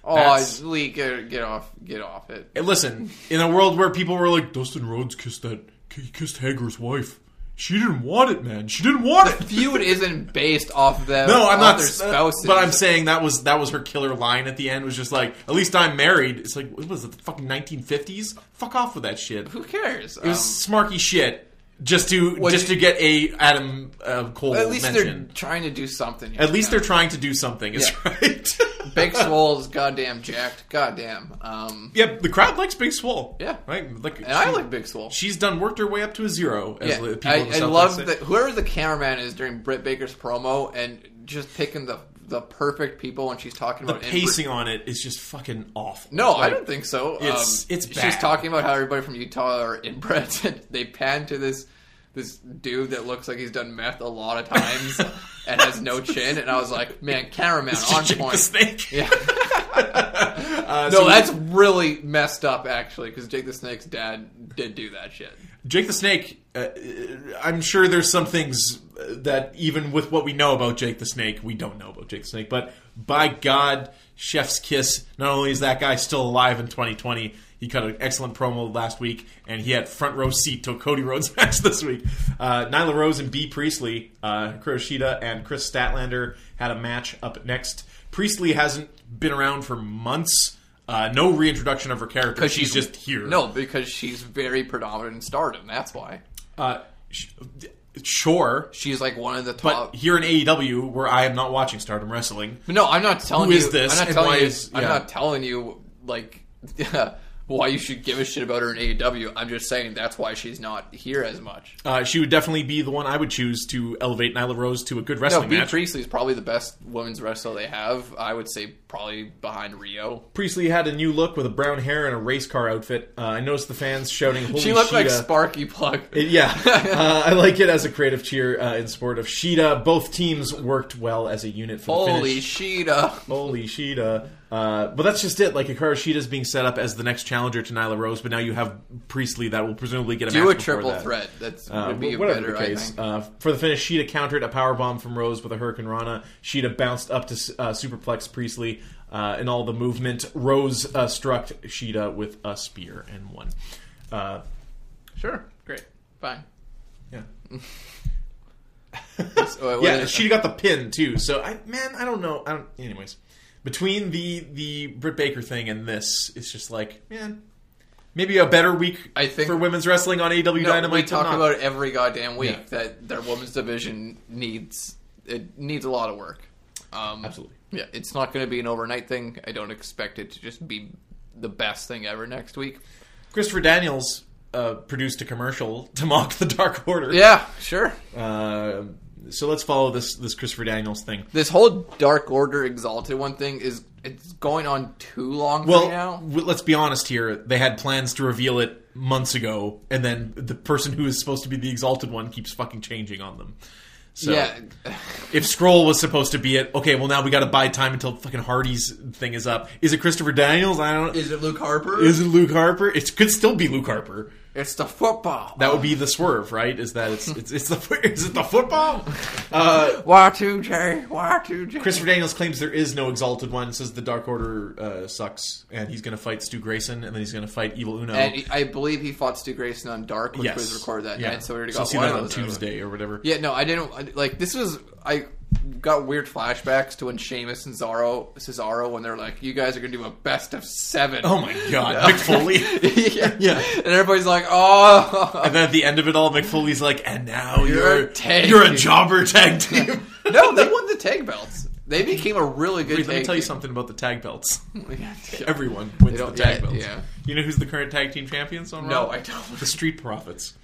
Speaker 3: Oh,
Speaker 2: That's-
Speaker 3: Lee, get, get off, get off it.
Speaker 2: Hey, listen, in a world where people were like, Dustin Rhodes kissed that, he kissed Hager's wife. She didn't want it, man. She didn't want it.
Speaker 3: Feud isn't based off them.
Speaker 2: No, I'm
Speaker 3: off
Speaker 2: not. uh,
Speaker 3: Their spouses.
Speaker 2: But I'm saying that was that was her killer line at the end. Was just like, at least I'm married. It's like, what was it? The fucking 1950s? Fuck off with that shit. It
Speaker 3: who cares? Um,
Speaker 2: was smarky shit. Just to
Speaker 3: Well,
Speaker 2: just
Speaker 3: you-
Speaker 2: to get a Adam uh, Cole
Speaker 3: at least
Speaker 2: mention.
Speaker 3: they're trying to do something. Here
Speaker 2: At least
Speaker 3: Yeah.
Speaker 2: they're trying to do something. Is
Speaker 3: Yeah.
Speaker 2: right.
Speaker 3: Big Swole is goddamn jacked. Goddamn. Um,
Speaker 2: yeah, the crowd likes Big Swole.
Speaker 3: Yeah.
Speaker 2: right. Like,
Speaker 3: and I like Big Swole.
Speaker 2: She's done worked her way up to a zero. As
Speaker 3: Yeah,
Speaker 2: the people
Speaker 3: I,
Speaker 2: in the
Speaker 3: I
Speaker 2: South
Speaker 3: love
Speaker 2: like
Speaker 3: that whoever the cameraman is during Britt Baker's promo and just picking the the perfect people when she's talking
Speaker 2: The
Speaker 3: about
Speaker 2: pacing on it is just fucking awful.
Speaker 3: No, I
Speaker 2: Like,
Speaker 3: don't think so.
Speaker 2: it's-
Speaker 3: um,
Speaker 2: it's
Speaker 3: she's
Speaker 2: bad.
Speaker 3: talking about how everybody from Utah are inbred. And they pan to this this dude that looks like he's done meth a lot of times and has no chin, and I was like, man, cameraman on
Speaker 2: Jake the
Speaker 3: point.
Speaker 2: Snake.
Speaker 3: Yeah.
Speaker 2: Uh,
Speaker 3: No,
Speaker 2: so
Speaker 3: that's really messed up actually, because Jake the Snake's dad did do that shit.
Speaker 2: Jake the Snake. Uh, I'm sure there's some things uh, that even with what we know about Jake the Snake, we don't know about Jake the Snake. But by God, Chef's Kiss. Not only is that guy still alive in 2020, he cut an excellent promo last week, and he had front row seat to a Cody Rhodes match this week. Uh, Nyla Rose and B Priestley, uh, Kuroshita and Chris Statlander had a match up next. Priestley hasn't been around for months. Uh, no reintroduction of her character. She's, just here.
Speaker 3: No, because she's very predominant in stardom. That's why
Speaker 2: Uh, sh- sure,
Speaker 3: she's like one of the top.
Speaker 2: but here in AEW, where I am not watching Stardom Wrestling,
Speaker 3: But no, I'm not telling
Speaker 2: Who
Speaker 3: you.
Speaker 2: is this
Speaker 3: I'm not
Speaker 2: and
Speaker 3: telling
Speaker 2: why
Speaker 3: you.
Speaker 2: is-
Speaker 3: I'm
Speaker 2: yeah.
Speaker 3: not telling you like why you should give a shit about her in AEW. I'm just saying that's why she's not here as much.
Speaker 2: uh, she would definitely be the one I would choose to elevate Nyla Rose to a good
Speaker 3: No,
Speaker 2: wrestling
Speaker 3: Bea
Speaker 2: match.
Speaker 3: Priestley is probably the best women's wrestler they have. I would say probably behind Rio.
Speaker 2: Priestley had a new look with a brown hair and a race car outfit. Uh, I noticed the fans shouting, "Holy
Speaker 3: She looked like
Speaker 2: Sheeta."
Speaker 3: Sparky Plug.
Speaker 2: It- yeah, uh, I like it as a creative cheer uh, in support of Sheeta. Both teams worked well as a unit for the
Speaker 3: Holy
Speaker 2: finish.
Speaker 3: Sheeta!
Speaker 2: Holy Sheeta. Uh, but that's just it. Like Hikaru Sheeta's being set up as the next challenger to Nyla Rose, but now you have Priestley that will presumably get a
Speaker 3: Do
Speaker 2: match
Speaker 3: a
Speaker 2: before
Speaker 3: triple
Speaker 2: that.
Speaker 3: threat. That's
Speaker 2: Uh,
Speaker 3: would be a
Speaker 2: whatever
Speaker 3: better.
Speaker 2: the
Speaker 3: I
Speaker 2: case.
Speaker 3: think.
Speaker 2: Uh, for the finish, Sheeta countered a power bomb from Rose with a Hurricane Rana. Sheeta bounced up to uh, superplex Priestley uh, in all the movement. Rose uh, struck Sheeta with a spear and won. Uh,
Speaker 3: Sure, great, fine.
Speaker 2: yeah,
Speaker 3: So,
Speaker 2: yeah.
Speaker 3: what-
Speaker 2: Sheeta got the pin too. So I, man, I don't know. I don't. Anyways, between the the Britt Baker thing and this, it's just like, man, maybe a better week.
Speaker 3: I think-
Speaker 2: for women's wrestling on AEW
Speaker 3: No,
Speaker 2: Dynamite.
Speaker 3: we
Speaker 2: but
Speaker 3: talk
Speaker 2: not-
Speaker 3: about it every goddamn week
Speaker 2: Yeah.
Speaker 3: that their women's division needs it needs a lot of work. Um,
Speaker 2: Absolutely.
Speaker 3: Yeah, it's not going to be an overnight thing. I don't expect it to just be the best thing ever next week.
Speaker 2: Christopher Daniels uh, produced a commercial to mock the Dark Order.
Speaker 3: Yeah, sure.
Speaker 2: Uh, so let's follow this this Christopher Daniels thing.
Speaker 3: This whole Dark Order Exalted one thing is it's going on too long
Speaker 2: Well,
Speaker 3: right now.
Speaker 2: w- let's be honest here. They had plans to reveal it months ago, and then the person who is supposed to be the exalted one keeps fucking changing on them. So
Speaker 3: Yeah,
Speaker 2: if Scroll was supposed to be it, okay, well now we got to buy time until fucking Hardy's thing is up. Is it Christopher Daniels? I don't.
Speaker 3: is it Luke Harper?
Speaker 2: Is it Luke Harper? It could still be Luke Harper.
Speaker 3: it's the football.
Speaker 2: That would be the swerve, right? Is that it's it's, it's the is it the football? Uh,
Speaker 3: Y two J Y two J.
Speaker 2: Christopher Daniels claims there is no exalted one, says the Dark Order uh, sucks, and he's going to fight Stu Grayson, and then he's going to fight Evil Uno.
Speaker 3: And I believe he fought Stu Grayson on Dark, which
Speaker 2: yes,
Speaker 3: was recorded that
Speaker 2: yeah.
Speaker 3: night. So we already
Speaker 2: I'll
Speaker 3: got
Speaker 2: see
Speaker 3: one
Speaker 2: that on
Speaker 3: of those out of it.
Speaker 2: Tuesday or whatever.
Speaker 3: Yeah, no, I didn't I- like this was I got weird flashbacks to when Sheamus and Cesaro Cesaro when they're like, You guys are gonna do a best of seven.
Speaker 2: Oh my God, Mick Foley.
Speaker 3: yeah.
Speaker 2: Yeah.
Speaker 3: And everybody's like, Oh
Speaker 2: and then at the end of it all, Mick Foley's like, "And now
Speaker 3: You're
Speaker 2: you're
Speaker 3: a tag
Speaker 2: you're a
Speaker 3: team."
Speaker 2: jobber tag team."
Speaker 3: No, they won the tag belts. They became a really good
Speaker 2: Wait, let me
Speaker 3: tag
Speaker 2: tell you
Speaker 3: team.
Speaker 2: something about the tag belts.
Speaker 3: Yeah.
Speaker 2: Everyone wins the
Speaker 3: don't-
Speaker 2: tag
Speaker 3: yeah,
Speaker 2: belts.
Speaker 3: yeah.
Speaker 2: You know who's the current tag team champions on
Speaker 3: No,
Speaker 2: Raw?
Speaker 3: I don't.
Speaker 2: The Street Profits.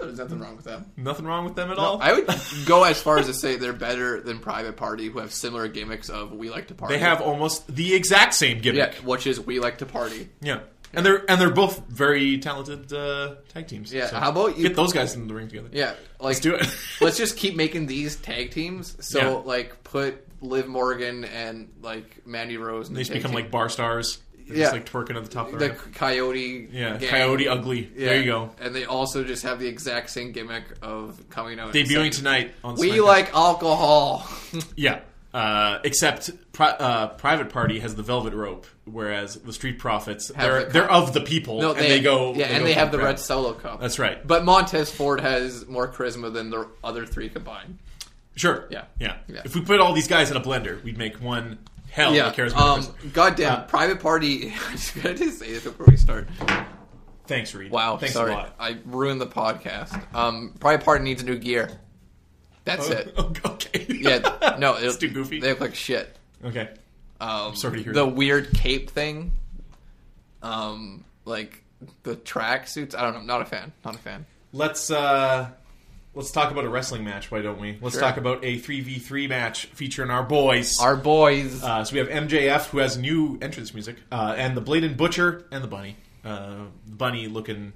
Speaker 3: There's nothing wrong with them.
Speaker 2: Nothing wrong with them at all.
Speaker 3: I would go as far as to say they're better than Private Party, who have similar gimmicks of we like to party.
Speaker 2: they have almost the exact same gimmick.
Speaker 3: yeah, which is we like to party.
Speaker 2: Yeah. And they're and they're both very talented uh, tag teams.
Speaker 3: Yeah, how about you-
Speaker 2: get those guys in the ring together?
Speaker 3: Yeah, like
Speaker 2: let's do it.
Speaker 3: let's just keep making these tag teams. So
Speaker 2: Yeah.
Speaker 3: like put Liv Morgan and like Mandy Rose. And
Speaker 2: they just become like bar stars. They're
Speaker 3: Yeah.
Speaker 2: just like twerking at the top of the
Speaker 3: the
Speaker 2: ring.
Speaker 3: Coyote.
Speaker 2: Yeah,
Speaker 3: gang.
Speaker 2: Coyote Ugly.
Speaker 3: Yeah.
Speaker 2: There you go.
Speaker 3: And they also just have the exact same gimmick of coming out and saying,
Speaker 2: Debuting tonight on
Speaker 3: We
Speaker 2: SmackDown.
Speaker 3: like alcohol.
Speaker 2: yeah. Uh, except pri- uh, Private Party has the velvet rope, whereas the Street Profits they're
Speaker 3: the-
Speaker 2: they're of the people
Speaker 3: no,
Speaker 2: and they go
Speaker 3: Yeah, and
Speaker 2: go
Speaker 3: they
Speaker 2: for
Speaker 3: have the
Speaker 2: crowd.
Speaker 3: red solo cup.
Speaker 2: That's right.
Speaker 3: But Montez Ford has more charisma than the other three combined.
Speaker 2: Sure.
Speaker 3: Yeah.
Speaker 2: yeah.
Speaker 3: Yeah.
Speaker 2: If we put all these guys in a blender, we'd make one hell
Speaker 3: Yeah.
Speaker 2: of a charismatic.
Speaker 3: Um,
Speaker 2: person.
Speaker 3: goddamn,
Speaker 2: Uh,
Speaker 3: Private Party. I just gotta say this before we start.
Speaker 2: Thanks, Reed.
Speaker 3: Wow,
Speaker 2: Thanks
Speaker 3: sorry.
Speaker 2: a lot.
Speaker 3: I ruined the podcast. Um, Private Party needs new gear. That's it.
Speaker 2: okay.
Speaker 3: Yeah, no, it,
Speaker 2: it's Oh. too goofy.
Speaker 3: They look like shit.
Speaker 2: Okay.
Speaker 3: Um,
Speaker 2: sorry to hear
Speaker 3: the
Speaker 2: that.
Speaker 3: weird cape thing. Um, like the track suits. I don't know. Not a fan. Not a fan.
Speaker 2: Let's uh let's talk about a wrestling match, why don't we? Let's
Speaker 3: Sure.
Speaker 2: talk about a 3v3 match featuring our boys.
Speaker 3: Our boys.
Speaker 2: uh, so we have MJF who has new entrance music, uh, and the Blade and Butcher and the Bunny. Uh, bunny looking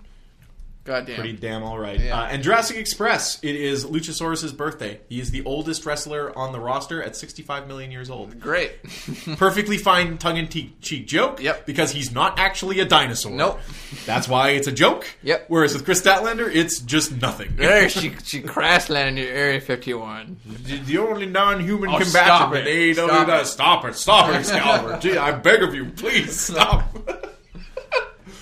Speaker 3: Goddamn.
Speaker 2: Pretty damn all right.
Speaker 3: Yeah.
Speaker 2: Uh, and Jurassic Express, it is Luchasaurus' birthday. He is the oldest wrestler on the roster at 65 million years old.
Speaker 3: Great.
Speaker 2: Perfectly fine tongue in cheek joke.
Speaker 3: Yep.
Speaker 2: Because he's not actually a dinosaur.
Speaker 3: Nope.
Speaker 2: That's why it's a joke.
Speaker 3: Yep.
Speaker 2: Whereas with Chris Statlander, it's just nothing.
Speaker 3: there she she crash landed near Area 51.
Speaker 2: The- The only non-human
Speaker 3: Oh, stop
Speaker 2: combatant
Speaker 3: it.
Speaker 2: in AEW.
Speaker 3: Stop it.
Speaker 2: does- Stop it! Stop it, Excalibur! Gee, I beg of you, please stop.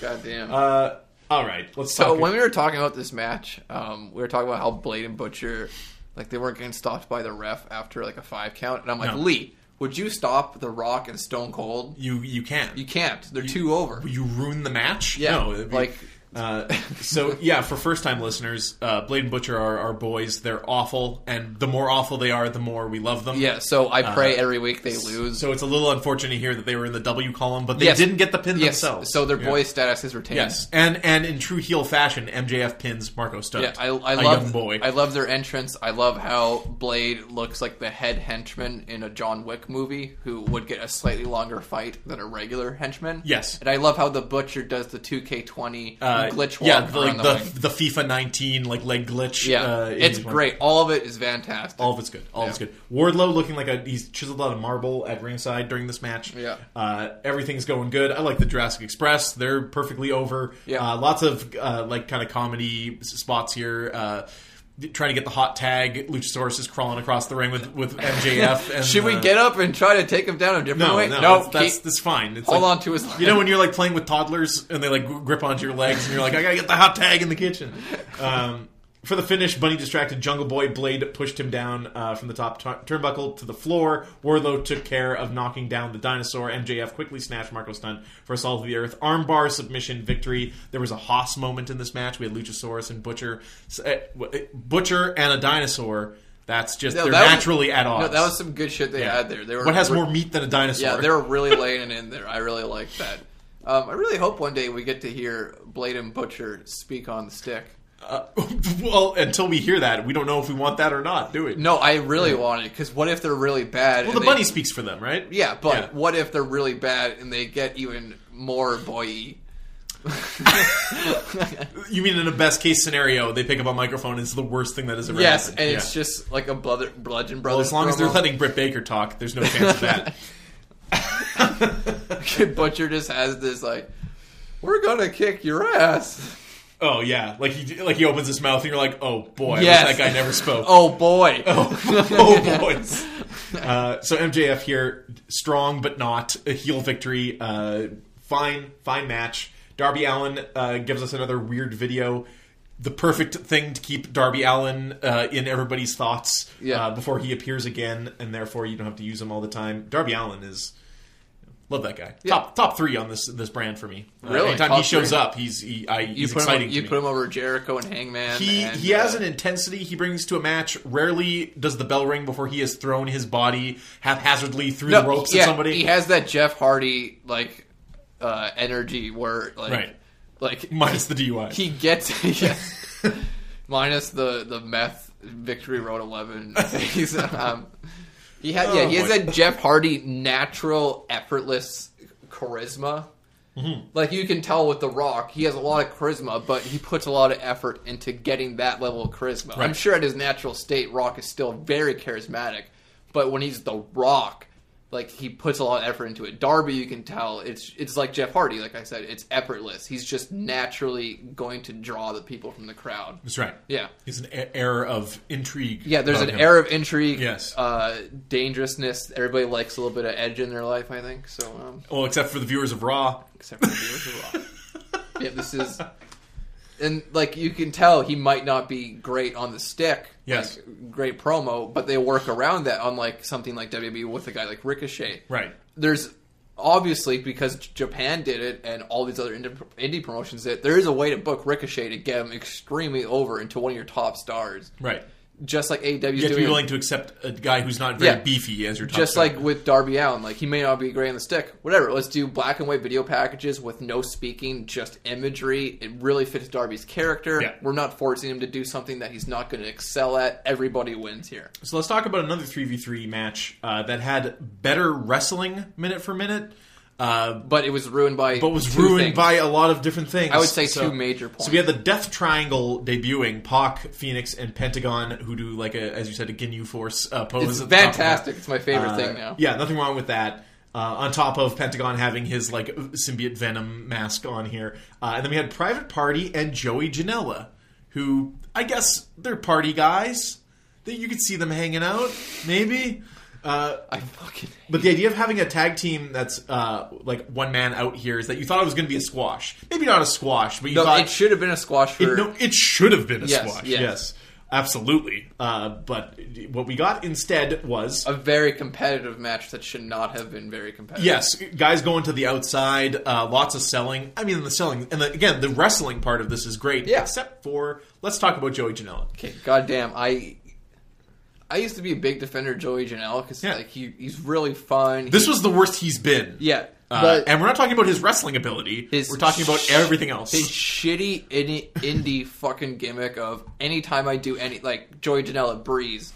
Speaker 3: Goddamn.
Speaker 2: Uh, all right, let's
Speaker 3: so
Speaker 2: talk.
Speaker 3: when we were talking about this match, um, we were talking about how Blade and Butcher, like they weren't getting stopped by the ref after like a five count, and I'm like,
Speaker 2: No.
Speaker 3: Lee, would you stop The Rock and Stone Cold?
Speaker 2: you you can't
Speaker 3: You can't. They're two over.
Speaker 2: you ruin the match.
Speaker 3: Yeah,
Speaker 2: no, it'd be-
Speaker 3: like-
Speaker 2: Uh, so yeah, for first-time listeners, uh, Blade and Butcher are our boys. They're awful, and the more awful they are, the more we love them.
Speaker 3: yeah. So I pray every week they lose.
Speaker 2: Uh-huh. So it's a little unfortunate here that they were in the W column, but they
Speaker 3: Yes.
Speaker 2: didn't get the pin
Speaker 3: yes.
Speaker 2: themselves.
Speaker 3: So their
Speaker 2: Yeah.
Speaker 3: boy status is retained.
Speaker 2: Yes, and and in true heel fashion, MJF pins Marco Stunt.
Speaker 3: Yeah, I, I
Speaker 2: a
Speaker 3: love
Speaker 2: young boy.
Speaker 3: I love their entrance. I love how Blade looks like the head henchman in a John Wick movie, who would get a slightly longer fight than a regular henchman.
Speaker 2: Yes.
Speaker 3: and I love how the butcher does the two K twenty
Speaker 2: uh,
Speaker 3: glitch walk
Speaker 2: yeah,
Speaker 3: around
Speaker 2: the, like
Speaker 3: the, ring.
Speaker 2: the, the FIFA 19 like leg glitch.
Speaker 3: Yeah,
Speaker 2: uh,
Speaker 3: it's
Speaker 2: is one-
Speaker 3: great. All of it is fantastic.
Speaker 2: All of it's good. All of it's good. Wardlow looking like a he's chiseled out of marble at ringside during this match.
Speaker 3: Yeah.
Speaker 2: uh, everything's going good. I like the Jurassic Express. They're perfectly over.
Speaker 3: Yeah.
Speaker 2: uh, lots of uh, like kind of comedy s- spots here. Uh, Trying to get the hot tag, Luchasaurus is crawling across the ring with with MJF. And,
Speaker 3: Should we
Speaker 2: uh,
Speaker 3: get up and try to take him down a different
Speaker 2: No,
Speaker 3: way?
Speaker 2: no, that's, that's,
Speaker 3: keep-
Speaker 2: that's fine. It's
Speaker 3: hold
Speaker 2: like-
Speaker 3: on to his.
Speaker 2: you know when you're like playing with toddlers and they like grip onto your legs and you're like, I gotta get the hot tag in the kitchen. Um, for the finish, Bunny distracted Jungle Boy. Blade pushed him down uh, from the top tu- turnbuckle to the floor. Wardlow took care of knocking down the dinosaur. MJF quickly snatched Marco Stunt for Assault of the Earth. Armbar submission victory. There was a Haas moment in this match. We had Luchasaurus and Butcher. s- eh, w- eh, Butcher and a dinosaur. That's just,
Speaker 3: No,
Speaker 2: they're
Speaker 3: that was-
Speaker 2: naturally at odds.
Speaker 3: no, that was some good shit they had there. They were
Speaker 2: what has
Speaker 3: re-
Speaker 2: more meat than a dinosaur?
Speaker 3: Yeah, they were really laying it in there. I really like that. Um, I really hope one day we get to hear Blade and Butcher speak on the stick.
Speaker 2: Uh, well, until we hear that, we don't know if we want that or not, do we?
Speaker 3: No, I really want it because what if they're really bad?
Speaker 2: Well,
Speaker 3: and
Speaker 2: the
Speaker 3: they-
Speaker 2: bunny speaks for them, right?
Speaker 3: Yeah, but
Speaker 2: Yeah.
Speaker 3: what if they're really bad and they get even more boy?
Speaker 2: You mean in a best case scenario, they pick up a microphone and it's the worst thing that has ever
Speaker 3: Yes,
Speaker 2: happened.
Speaker 3: and it's just like a brother, bludgeon
Speaker 2: Well,
Speaker 3: brothers.
Speaker 2: as long as they're
Speaker 3: promo.
Speaker 2: letting Britt Baker talk, there's no chance of that.
Speaker 3: Butcher just has this like, we're gonna kick your ass.
Speaker 2: oh yeah, like he like he opens his mouth and you're like, oh boy, I wish that
Speaker 3: Yes.
Speaker 2: guy never spoke.
Speaker 3: Oh boy.
Speaker 2: oh boys. Uh, so MJF here, strong but not a heel victory. Uh, fine, fine match. Darby Allen uh, gives us another weird video. The perfect thing to keep Darby Allen uh, in everybody's thoughts
Speaker 3: Yeah.
Speaker 2: uh, before he appears again, and therefore you don't have to use him all the time. Darby Allen is love that guy. Top top three on this this brand for me. Uh,
Speaker 3: Really?
Speaker 2: anytime he
Speaker 3: Top
Speaker 2: shows
Speaker 3: three?
Speaker 2: up, he's he, I,
Speaker 3: you
Speaker 2: he's
Speaker 3: put him,
Speaker 2: exciting.
Speaker 3: you
Speaker 2: to
Speaker 3: put
Speaker 2: me.
Speaker 3: him over Jericho and Hangman.
Speaker 2: He
Speaker 3: and,
Speaker 2: he has
Speaker 3: uh,
Speaker 2: an intensity he brings to a match. Rarely does the bell ring before he has thrown his body haphazardly through the ropes
Speaker 3: yeah,
Speaker 2: at somebody.
Speaker 3: He has that Jeff Hardy like uh, energy where like
Speaker 2: Right.
Speaker 3: like
Speaker 2: minus the DUI.
Speaker 3: he gets yeah. minus the the meth victory road eleven. He's, um, he had yeah he has
Speaker 2: Oh, boy.
Speaker 3: that Jeff Hardy natural effortless charisma.
Speaker 2: Mm-hmm.
Speaker 3: Like you can tell with The Rock, he has a lot of charisma, but he puts a lot of effort into getting that level of charisma. I'm
Speaker 2: Right.
Speaker 3: sure at his natural state, Rock is still very charismatic, but when he's The Rock, like he puts a lot of effort into it. Darby, you can tell it's it's like Jeff Hardy, like I said, it's effortless. He's just naturally going to draw the people from the crowd.
Speaker 2: That's right.
Speaker 3: Yeah.
Speaker 2: he's an a- air of intrigue.
Speaker 3: Yeah, there's
Speaker 2: about
Speaker 3: an
Speaker 2: him.
Speaker 3: air of intrigue,
Speaker 2: Yes.
Speaker 3: uh, dangerousness. Everybody likes a little bit of edge in their life, I think. So, um,
Speaker 2: Well, except for the viewers of Raw.
Speaker 3: except for the viewers of Raw. Yeah, this is, and like you can tell, he might not be great on the stick.
Speaker 2: Yes.
Speaker 3: like, great promo, but they work around that on like something like WWE with a guy like Ricochet.
Speaker 2: Right.
Speaker 3: There's obviously because J- Japan did it and all these other indie, indie promotions did. it, There is a way to book Ricochet to get him extremely over into one of your top stars.
Speaker 2: Right.
Speaker 3: Just like AEW
Speaker 2: You have to be
Speaker 3: doing
Speaker 2: willing to accept a guy who's not very
Speaker 3: Yeah.
Speaker 2: beefy as your top
Speaker 3: just
Speaker 2: star.
Speaker 3: like with Darby Allen, like he may not be great on the stick. Whatever, let's do black and white video packages with no speaking, just imagery. It really fits Darby's character.
Speaker 2: Yeah.
Speaker 3: We're not forcing him to do something that he's not going to excel at. Everybody wins here.
Speaker 2: So let's talk about another 3v3 match uh, that had better wrestling minute for minute. Uh,
Speaker 3: but it was ruined by
Speaker 2: but was
Speaker 3: two
Speaker 2: ruined
Speaker 3: things.
Speaker 2: by a lot of different things.
Speaker 3: I would say
Speaker 2: So-
Speaker 3: two major points.
Speaker 2: So we had the Death Triangle debuting: Pac, Phoenix, and Pentagon, who do like a, as you said, a Ginyu Force uh, pose.
Speaker 3: it's
Speaker 2: at the top of that.
Speaker 3: fantastic. It's my favorite thing
Speaker 2: Uh,
Speaker 3: now.
Speaker 2: Yeah, nothing wrong with that. Uh, on top of Pentagon having his like symbiote Venom mask on here, uh, and then we had Private Party and Joey Janela, who I guess they're party guys. That you could see them hanging out, maybe. Uh,
Speaker 3: I fucking
Speaker 2: but the idea of having a tag team that's uh, like one man out here is that you thought it was going to be a squash. Maybe not a squash, but you
Speaker 3: no.
Speaker 2: thought
Speaker 3: It should have been a squash for
Speaker 2: it, no, it should have been a
Speaker 3: Yes,
Speaker 2: squash. Yes,
Speaker 3: yes.
Speaker 2: absolutely. Uh, but what we got instead was
Speaker 3: a very competitive match that should not have been very competitive.
Speaker 2: Yes, guys going to the outside, uh, lots of selling. I mean, the selling, and the, again, the wrestling part of this is great.
Speaker 3: Yeah.
Speaker 2: Except for, let's talk about Joey Janela.
Speaker 3: Okay, goddamn, I I used to be a big defender of Joey Janela because
Speaker 2: Yeah.
Speaker 3: like he he's really fun.
Speaker 2: This was the worst he's been.
Speaker 3: yeah,
Speaker 2: Uh,
Speaker 3: but
Speaker 2: and we're not talking about his wrestling ability.
Speaker 3: His
Speaker 2: we're talking about
Speaker 3: sh-
Speaker 2: everything else.
Speaker 3: his shitty indie, indie fucking gimmick of anytime I do any like Joey Janela breeze,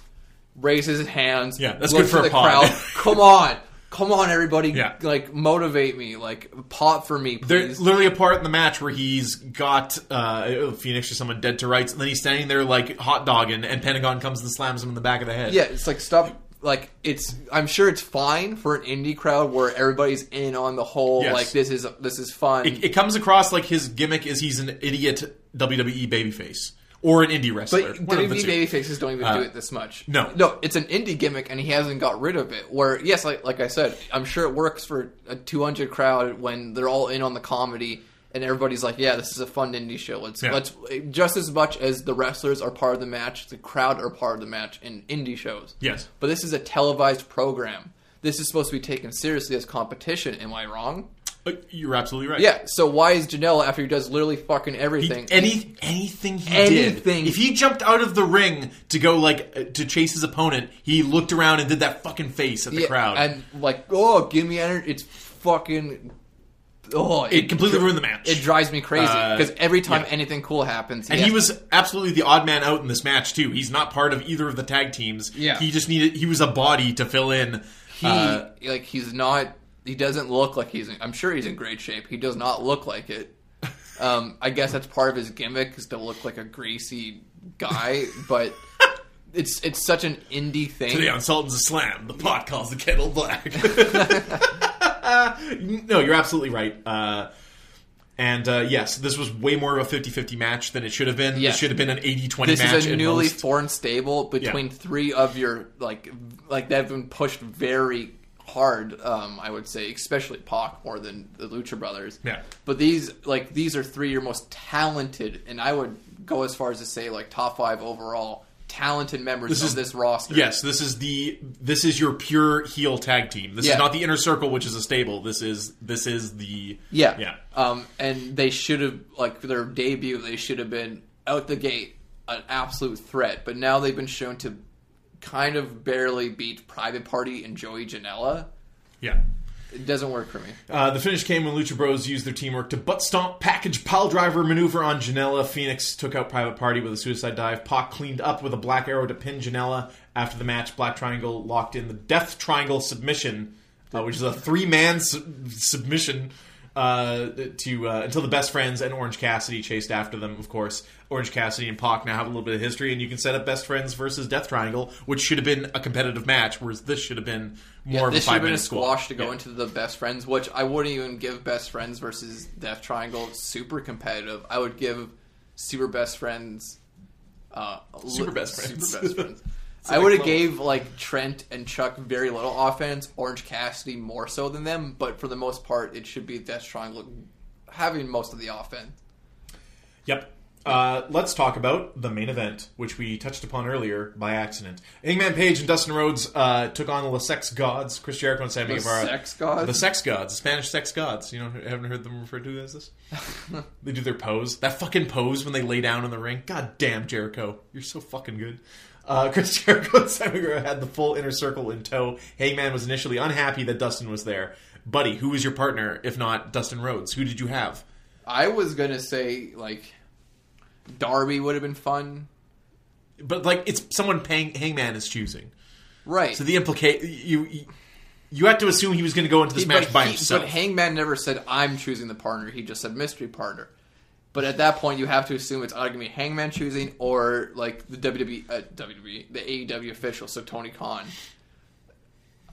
Speaker 3: raises his hands.
Speaker 2: Yeah, that's
Speaker 3: looks
Speaker 2: good for
Speaker 3: at
Speaker 2: a
Speaker 3: the
Speaker 2: pod.
Speaker 3: crowd. Come on, come on, everybody!
Speaker 2: Yeah.
Speaker 3: like motivate me, like pop for me,
Speaker 2: There's
Speaker 3: please.
Speaker 2: literally a part in the match where he's got uh, Phoenix or someone dead to rights, and then he's standing there like hot dogging, and Pentagon comes and slams him in the back of the head.
Speaker 3: yeah, it's like stop. Like it's, I'm sure it's fine for an indie crowd where everybody's in on the whole.
Speaker 2: Yes.
Speaker 3: Like this is this is fun.
Speaker 2: It, it comes across like his gimmick is he's an idiot WWE babyface or an indie wrestler.
Speaker 3: But
Speaker 2: One of the
Speaker 3: WWE
Speaker 2: two. Uh,
Speaker 3: babyfaces don't even do it this much.
Speaker 2: no.
Speaker 3: no, it's an indie gimmick, and he hasn't got rid of it. Where yes, like like I said, I'm sure it works for a 200 crowd when they're all in on the comedy, and everybody's like, "Yeah, this is a fun indie show." Let's
Speaker 2: Yeah.
Speaker 3: let's just as much as the wrestlers are part of the match, the crowd are part of the match in indie shows.
Speaker 2: Yes.
Speaker 3: but this is a televised program. This is supposed to be taken seriously as competition. Am I wrong?
Speaker 2: Uh, You're absolutely right.
Speaker 3: Yeah. So why is Janela after he does literally fucking everything?
Speaker 2: Any anything he
Speaker 3: Anything.
Speaker 2: did. If he jumped out of the ring to go like uh, to chase his opponent, he looked around and did that fucking face at the
Speaker 3: Yeah,
Speaker 2: crowd.
Speaker 3: And like, oh, give me energy. It's fucking. Oh,
Speaker 2: it completely ruined the match.
Speaker 3: It drives me crazy
Speaker 2: Uh,
Speaker 3: because every time
Speaker 2: yeah.
Speaker 3: anything cool happens,
Speaker 2: and
Speaker 3: has-
Speaker 2: he was absolutely the odd man out in this match too. He's not part of either of the tag teams.
Speaker 3: Yeah.
Speaker 2: He just needed. He was a body to fill in.
Speaker 3: he
Speaker 2: uh,
Speaker 3: like he's not. He doesn't look like he's. In, I'm sure he's in great shape. He does not look like it. Um, I guess that's part of his gimmick is to look like a greasy guy, but it's it's such an indie thing.
Speaker 2: today on Sultan's a Slam, the pot calls the kettle black. no, you're absolutely right. Uh, and uh, yes, this was way more of a 50-50 match than it should have been.
Speaker 3: Yes.
Speaker 2: This should have been an 80-20
Speaker 3: this
Speaker 2: match.
Speaker 3: is a
Speaker 2: at
Speaker 3: newly
Speaker 2: most.
Speaker 3: formed stable between
Speaker 2: Yeah.
Speaker 3: three of your like v- like they've been pushed very hard um i would say especially Pac more than the lucha brothers
Speaker 2: Yeah.
Speaker 3: but these like these are three of your most talented and i would go as far as to say like top five overall talented members
Speaker 2: This
Speaker 3: of
Speaker 2: is-
Speaker 3: this roster
Speaker 2: Yes, this is the this is your pure heel tag team. This
Speaker 3: Yeah.
Speaker 2: is not the inner circle, which is a stable. This is this is the
Speaker 3: Yeah.
Speaker 2: yeah.
Speaker 3: Um, and they should have like their debut. They should have been out the gate an absolute threat. But now they've been shown to kind of barely beat Private Party and Joey Janela.
Speaker 2: Yeah.
Speaker 3: It doesn't work for me.
Speaker 2: Uh, the finish came when Lucha Bros used their teamwork to butt stomp, package, pile driver maneuver on Janela. Phoenix took out Private Party with a suicide dive. Pac cleaned up with a black arrow to pin Janela. After the match, Black Triangle locked in the Death Triangle submission, uh, which is a three man sub- submission uh, to uh, until the best friends and Orange Cassidy chased after them. Of course, Orange Cassidy and Pac now have a little bit of history, and you can set up best friends versus Death Triangle, which should have been a competitive match, whereas this should have been more of a
Speaker 3: This should
Speaker 2: five
Speaker 3: have been a
Speaker 2: minute
Speaker 3: squash to go
Speaker 2: Yeah.
Speaker 3: into the best friends, which I wouldn't even give best friends versus Death Triangle super competitive. I would give super best friends. Uh, li-
Speaker 2: Super Best Friends.
Speaker 3: Super best friends.
Speaker 2: It's
Speaker 3: I
Speaker 2: like
Speaker 3: would have
Speaker 2: little-
Speaker 3: gave like Trent and Chuck very little offense, Orange Cassidy more so than them, but for the most part, it should be Death Triangle having most of the offense.
Speaker 2: Yep. Uh, let's talk about the main event, which we touched upon earlier by accident. Hangman Page and Dustin Rhodes uh, took on the Sex Gods, Chris Jericho and Sammy
Speaker 3: The
Speaker 2: Guevara.
Speaker 3: Sex Gods?
Speaker 2: The Sex Gods, the Spanish Sex Gods. You know, haven't heard them referred to as this. they do their pose, that fucking pose when they lay down in the ring. God damn, Jericho, you're so fucking good. Uh, Chris Jericho and Sammy Guevara had the full inner circle in tow. Hangman was initially unhappy that Dustin was there. Buddy, who was your partner if not Dustin Rhodes? Who did you have?
Speaker 3: I was gonna say like Darby would have been fun,
Speaker 2: But like, it's someone paying Hangman is choosing.
Speaker 3: right?
Speaker 2: So the implicate you, you you have to assume he was going to go into this match
Speaker 3: but
Speaker 2: by
Speaker 3: he-
Speaker 2: himself.
Speaker 3: But Hangman never said I'm choosing the partner. He just said mystery partner. But at that point, you have to assume it's either going to be Hangman choosing or like the WWE, uh, WWE, the AEW official, so Tony Khan.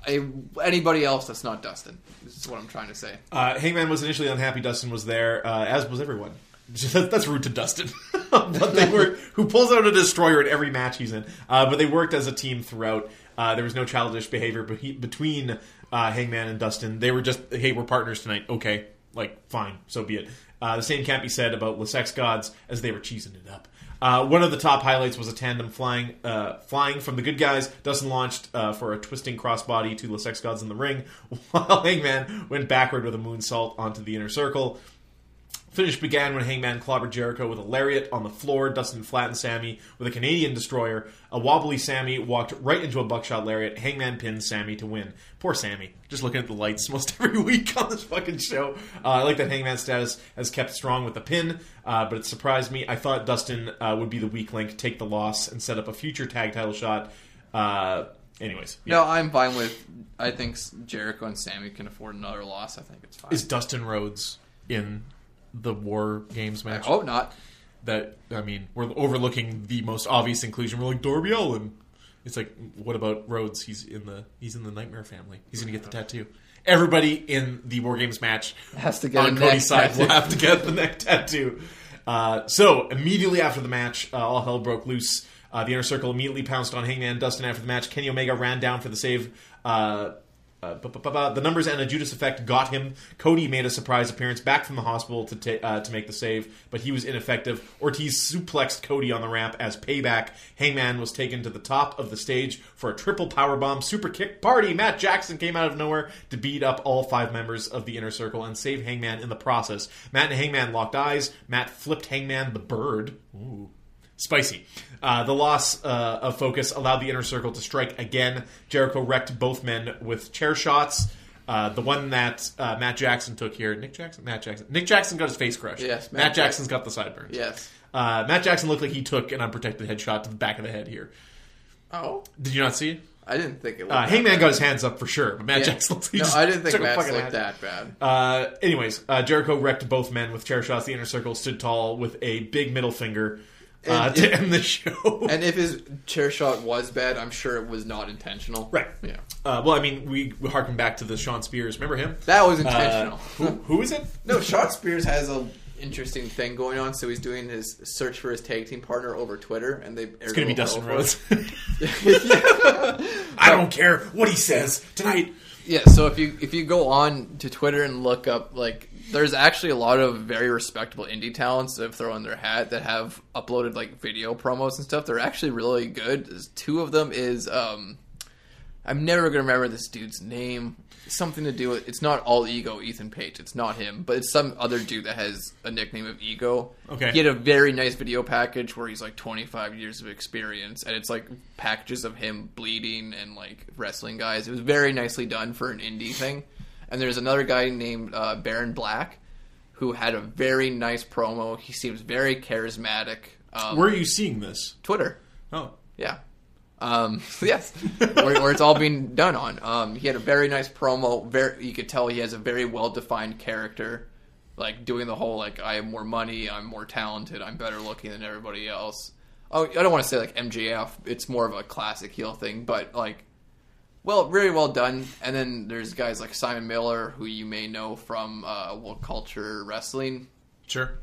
Speaker 3: I, anybody else that's not Dustin. This is what I'm trying to say.
Speaker 2: Uh, Hangman was initially unhappy Dustin was there, uh, as was everyone. That- That's rude to Dustin, but they were who pulls out a destroyer in every match he's in. Uh, but they worked as a team throughout. Uh, there was no childish behavior be- between uh, Hangman and Dustin. They were just, hey, we're partners tonight. Okay, like fine, so be it. Uh, the same can't be said about the Sex Gods as they were cheesing it up. Uh, one of the top highlights was a tandem flying uh, flying from the good guys. Dustin launched uh, for a twisting crossbody to the Sex Gods in the ring, while Hangman went backward with a moonsault onto the inner circle. Finish began when Hangman clobbered Jericho with a lariat on the floor. Dustin flattened Sammy with a Canadian destroyer. A wobbly Sammy walked right into a buckshot lariat. Hangman pinned Sammy to win. Poor Sammy. Just looking at the lights most every week on this fucking show. Uh, I like that Hangman's status has kept strong with the pin, uh, but it surprised me. I thought Dustin uh, would be the weak link, take the loss, and set up a future tag title shot. Uh, anyways, yeah.
Speaker 3: No, I'm fine with. I think Jericho and Sammy can afford another loss. I think it's fine.
Speaker 2: is Dustin Rhodes in the War Games
Speaker 3: I
Speaker 2: match?
Speaker 3: hope not.
Speaker 2: that I mean, we're overlooking the most obvious inclusion. We're like Darby Allin. It's like, what about Rhodes? He's in the he's in the Nightmare family. He's gonna get the tattoo. Everybody in the War Games match
Speaker 3: Has to get
Speaker 2: on
Speaker 3: a
Speaker 2: Cody's
Speaker 3: neck
Speaker 2: side will have to get the neck tattoo. Uh, so immediately after the match, uh, all hell broke loose. Uh, the inner circle immediately pounced on Hangman Dustin after the match. Kenny Omega ran down for the save. Uh, uh, bu- bu- bu- bu- the numbers and a Judas effect got him. Cody made a surprise appearance back from the hospital to ta- uh, to make the save, but he was ineffective. Ortiz suplexed Cody on the ramp as payback. Hangman was taken to the top of the stage for a triple powerbomb super kick party. Matt Jackson came out of nowhere to beat up all five members of the inner circle and save Hangman in the process. Matt and Hangman locked eyes. Matt flipped Hangman the bird. Ooh spicy. Uh, the loss uh, of focus allowed the inner circle to strike again. Jericho wrecked both men with chair shots. Uh, the one that uh, Matt Jackson took here, Nick Jackson, Matt Jackson, Nick Jackson got his face crushed.
Speaker 3: Yes,
Speaker 2: Matt,
Speaker 3: Matt
Speaker 2: Jackson's got the sideburns.
Speaker 3: Yes.
Speaker 2: uh, Matt Jackson looked like he took an unprotected headshot to the back of the head here.
Speaker 3: Oh,
Speaker 2: Did you not see it?
Speaker 3: I didn't think it. Looked
Speaker 2: Uh,
Speaker 3: that
Speaker 2: Hangman
Speaker 3: bad.
Speaker 2: got his hands up for sure, but Matt
Speaker 3: Yeah.
Speaker 2: Jackson looks like he
Speaker 3: No,
Speaker 2: just
Speaker 3: I didn't think
Speaker 2: took a
Speaker 3: Matt's
Speaker 2: fucking
Speaker 3: looked
Speaker 2: head.
Speaker 3: that bad.
Speaker 2: Uh, anyways, uh, Jericho wrecked both men with chair shots. The inner circle stood tall with a big middle finger uh,
Speaker 3: And-
Speaker 2: to end the show.
Speaker 3: And if his chair shot was bad, I'm sure it was not intentional.
Speaker 2: Right.
Speaker 3: Yeah.
Speaker 2: Uh, well, I mean, we we harken back to the Sean Spears. Remember him?
Speaker 3: That was
Speaker 2: Uh,
Speaker 3: intentional.
Speaker 2: who, who is it?
Speaker 3: no, Sean Spears has a interesting thing going on. So he's doing his search for his tag team partner over Twitter, and they
Speaker 2: It's going to be Dustin Rhodes.
Speaker 3: yeah.
Speaker 2: I don't care what he says tonight.
Speaker 3: Yeah, so if you if you go on to Twitter and look up like there's actually a lot of very respectable indie talents that have thrown their hat that have uploaded like video promos and stuff. They're actually really good. There's two of them is um I'm never gonna remember this dude's name. Something to do with it's not all ego Ethan Page, it's not him, but it's some other dude that has a nickname of ego.
Speaker 2: Okay.
Speaker 3: He had a very nice video package where he's like twenty five years of experience and it's like packages of him bleeding and like wrestling guys. It was very nicely done for an indie thing. And there's another guy named uh, Baron Black who had a very nice promo. He seems very charismatic. Um,
Speaker 2: Where are you seeing this?
Speaker 3: Twitter.
Speaker 2: Oh,
Speaker 3: Yeah. Um, yes, where, where it's all being done on. Um, he had a very nice promo. Very, you could tell he has a very well defined character, like doing the whole like I have more money, I'm more talented, I'm better looking than everybody else. Oh, I don't want to say like MJF. It's more of a classic heel thing, but like, well, very well done. And then there's guys like Simon Miller, who you may know from uh, World Culture Wrestling.
Speaker 2: sure.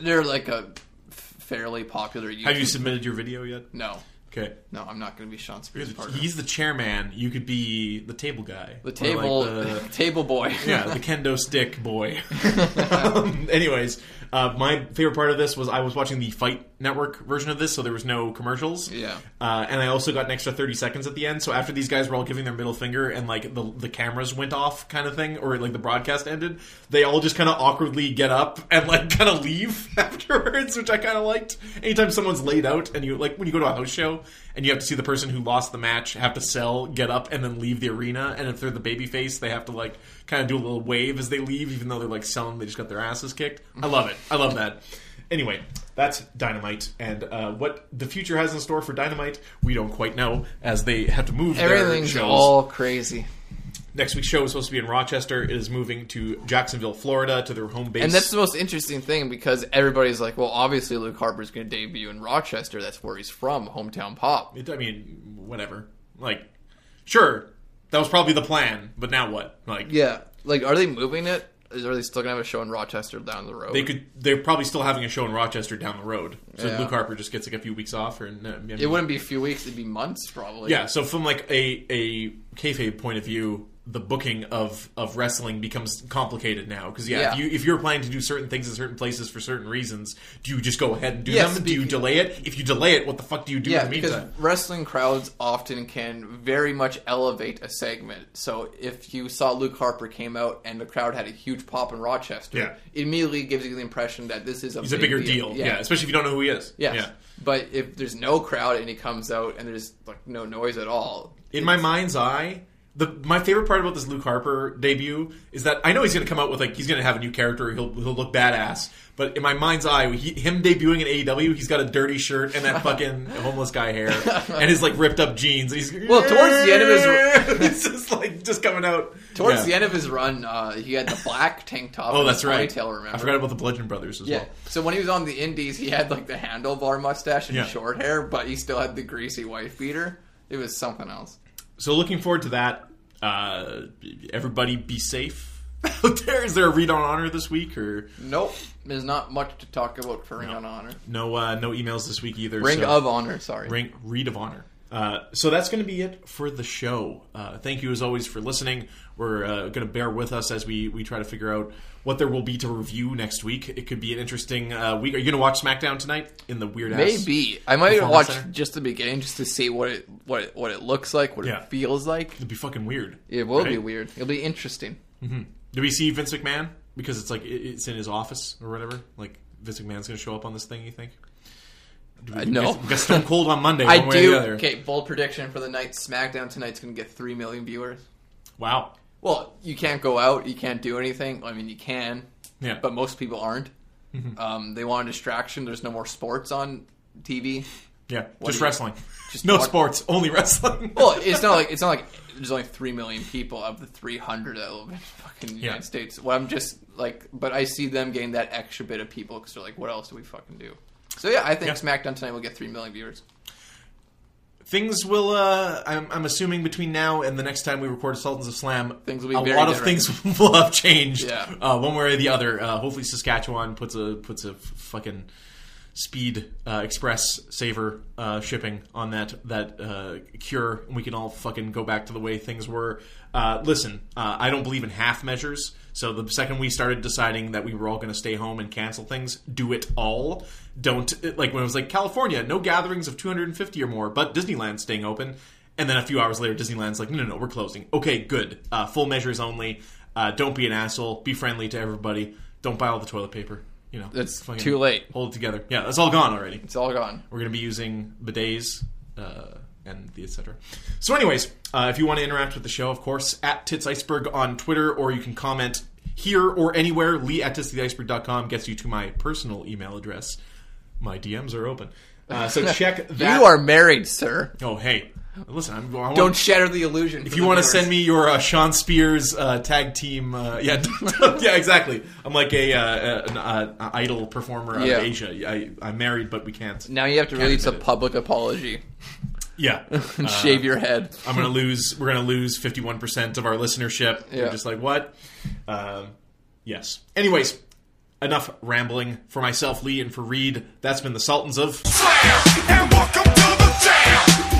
Speaker 3: They're like a f- fairly popular. YouTube.
Speaker 2: Have you submitted your video yet?
Speaker 3: no,
Speaker 2: Okay.
Speaker 3: no, I'm not going to be Sean Spears' partner.
Speaker 2: He's the chairman. You could be the table guy.
Speaker 3: The table, table boy.
Speaker 2: yeah, the kendo stick boy. Um, anyways, uh, my favorite part of this was I was watching the Fight Network version of this, so there was no commercials.
Speaker 3: Yeah.
Speaker 2: Uh, and I also got an extra 30 seconds at the end. So after these guys were all giving their middle finger and like the, the cameras went off kind of thing, or like the broadcast ended, they all just kind of awkwardly get up and like kind of leave afterwards, which I kind of liked. Anytime someone's laid out and you like when you go to a house show and you have to see the person who lost the match have to sell, get up, and then leave the arena. And if they're the baby face, they have to like kind of do a little wave as they leave, even though they're like selling, they just got their asses kicked. I love it. I love that. Anyway, that's Dynamite, and uh, what the future has in store for Dynamite, we don't quite know, as they have to move their
Speaker 3: Everything's
Speaker 2: shows.
Speaker 3: all crazy.
Speaker 2: Next week's show is supposed to be in Rochester. It is moving to Jacksonville, Florida, to their home base.
Speaker 3: And that's the most interesting thing because everybody's like, well, obviously Luke Harper's going to debut in Rochester. That's where he's from, hometown pop.
Speaker 2: It- I mean, whatever. Like, sure, that was probably the plan, but now what? Like,
Speaker 3: Yeah. Like, are they moving it? Is are they still going to have a show in Rochester down the road?
Speaker 2: they could. They're probably still having a show in Rochester down the road. So
Speaker 3: Yeah.
Speaker 2: Luke Harper just gets like a few weeks off, or no, I mean-
Speaker 3: it wouldn't be a few weeks. It'd be months, probably.
Speaker 2: Yeah, so from like a a kayfabe point of view, the booking of of wrestling becomes complicated now because yeah, If,
Speaker 3: Yeah.
Speaker 2: you, if you're planning to do certain things in certain places for certain reasons, do you just go ahead and do
Speaker 3: Yeah,
Speaker 2: them? Do you
Speaker 3: speaking-
Speaker 2: delay it? If you delay it, what the fuck do you do
Speaker 3: Yeah,
Speaker 2: in the
Speaker 3: because
Speaker 2: meantime?
Speaker 3: wrestling crowds often can very much elevate a segment. So if you saw Luke Harper came out and the crowd had a huge pop in Rochester,
Speaker 2: Yeah.
Speaker 3: it immediately gives you the impression that this is a,
Speaker 2: He's a bigger deal, Yeah. especially if you don't know who he is.
Speaker 3: Yes.
Speaker 2: Yeah.
Speaker 3: But if there's no crowd and he comes out and there's like no noise at all,
Speaker 2: In my mind's eye, the my favorite part about this Luke Harper debut is that I know he's going to come out with like he's going to have a new character. He'll he'll look badass. But in my mind's eye, he, him debuting in AEW, he's got a dirty shirt and that fucking homeless guy hair and his like ripped up jeans. And he's
Speaker 3: Well, towards the end of his-
Speaker 2: he's just like just coming out
Speaker 3: towards the end of his run, uh, he had the black tank top.
Speaker 2: Oh,
Speaker 3: and the
Speaker 2: that's right.
Speaker 3: Ponytail, remember?
Speaker 2: I forgot about the Bludgeon Brothers as
Speaker 3: Yeah.
Speaker 2: well.
Speaker 3: So when he was on the Indies, he had like the handlebar mustache and
Speaker 2: Yeah.
Speaker 3: short hair, but he still had the greasy wife beater. It was something else.
Speaker 2: So looking forward to that. Uh, everybody, be safe out there. Is there a read on honor this week or?
Speaker 3: Nope. There's not much to talk about for Ring on Honor.
Speaker 2: No, uh, no emails this week either.
Speaker 3: Ring
Speaker 2: so-
Speaker 3: of Honor, sorry.
Speaker 2: Ring Read of Honor. Uh, so that's going to be it for the show. Uh, thank you as always for listening. We're uh, going to bear with us as we, we try to figure out what there will be to review next week. It could be an interesting uh, week. Are you going to watch SmackDown tonight in the weird ass?
Speaker 3: Maybe I might even watch
Speaker 2: Performance Center.
Speaker 3: just the beginning just to see what it what it, what it looks like, what
Speaker 2: Yeah.
Speaker 3: it feels like.
Speaker 2: It'd be fucking weird.
Speaker 3: It will be
Speaker 2: right?
Speaker 3: weird. It'll be interesting.
Speaker 2: Do we see Vince McMahon because it's like it- it's in his office or whatever? Like Vince McMahon's going to show up on this thing? You think? Do we-
Speaker 3: Uh, no.
Speaker 2: we got- we got Stone Cold on Monday.
Speaker 3: I
Speaker 2: one way or
Speaker 3: do.
Speaker 2: the other.
Speaker 3: Okay, bold prediction for the night. SmackDown tonight's going to get three million viewers.
Speaker 2: Wow.
Speaker 3: Well, you can't go out. You can't do anything. I mean, you can,
Speaker 2: Yeah.
Speaker 3: but most people aren't.
Speaker 2: Mm-hmm.
Speaker 3: Um, they want a distraction. There's no more sports on TV.
Speaker 2: yeah.
Speaker 3: What
Speaker 2: Just
Speaker 3: do you-
Speaker 2: wrestling.
Speaker 3: just
Speaker 2: no
Speaker 3: watch-
Speaker 2: sports. Only wrestling.
Speaker 3: Well, it's not like it's not like there's only three million people of the three hundred that live in fucking the United States. Well, I'm just like, but I see them getting that extra bit of people because they're like, what else do we fucking do? So yeah, I think
Speaker 2: Yeah.
Speaker 3: SmackDown tonight will get three million viewers.
Speaker 2: things will uh I'm, I'm assuming between now and the next time we record sultans of slam
Speaker 3: Things will be
Speaker 2: a
Speaker 3: very
Speaker 2: lot of
Speaker 3: different.
Speaker 2: things will have changed
Speaker 3: Yeah.
Speaker 2: uh, one way or the other uh, hopefully saskatchewan puts a puts a f- fucking speed uh, express saver uh, shipping on that that uh, cure and we can all fucking go back to the way things were uh, listen uh, i don't believe in half measures so the second we started deciding that we were all going to stay home and cancel things do it all don't it- like when it was like california no gatherings of 250 or more but disneyland staying open and then a few hours later disneyland's like no no no we're closing okay good uh, full measures only uh, don't be an asshole be friendly to everybody don't buy all the toilet paper you know
Speaker 3: That's
Speaker 2: fucking
Speaker 3: too late.
Speaker 2: hold it together yeah that's all gone already
Speaker 3: It's all gone.
Speaker 2: we're going to be using bidets uh, and the etc. So, anyways, uh, if you want to interact with the show, of course, at Tits Iceberg on Twitter, or you can comment here or anywhere. Lee at titstheiceberg.com gets you to my personal email address. My DMs are open. Uh, so check that.
Speaker 3: You are married, sir.
Speaker 2: Oh, hey. Listen, I'm, I want,
Speaker 3: Don't shatter the illusion.
Speaker 2: if you want to send me your uh, Sean Spears uh, tag team, uh, yeah, yeah, exactly. I'm like a uh, an uh, idol performer out
Speaker 3: Yeah.
Speaker 2: of Asia. I, I'm married, but we can't.
Speaker 3: now you have to
Speaker 2: can't
Speaker 3: release a
Speaker 2: admit it.
Speaker 3: public apology
Speaker 2: Yeah,
Speaker 3: and shave your head.
Speaker 2: I'm gonna lose. We're gonna lose 51 percent of our listenership. You're
Speaker 3: Yeah.
Speaker 2: just like what? Um, yes. Anyways, enough rambling. For myself, Lee, and for Reed, that's been the Sultans of.
Speaker 4: slam and welcome to the jam.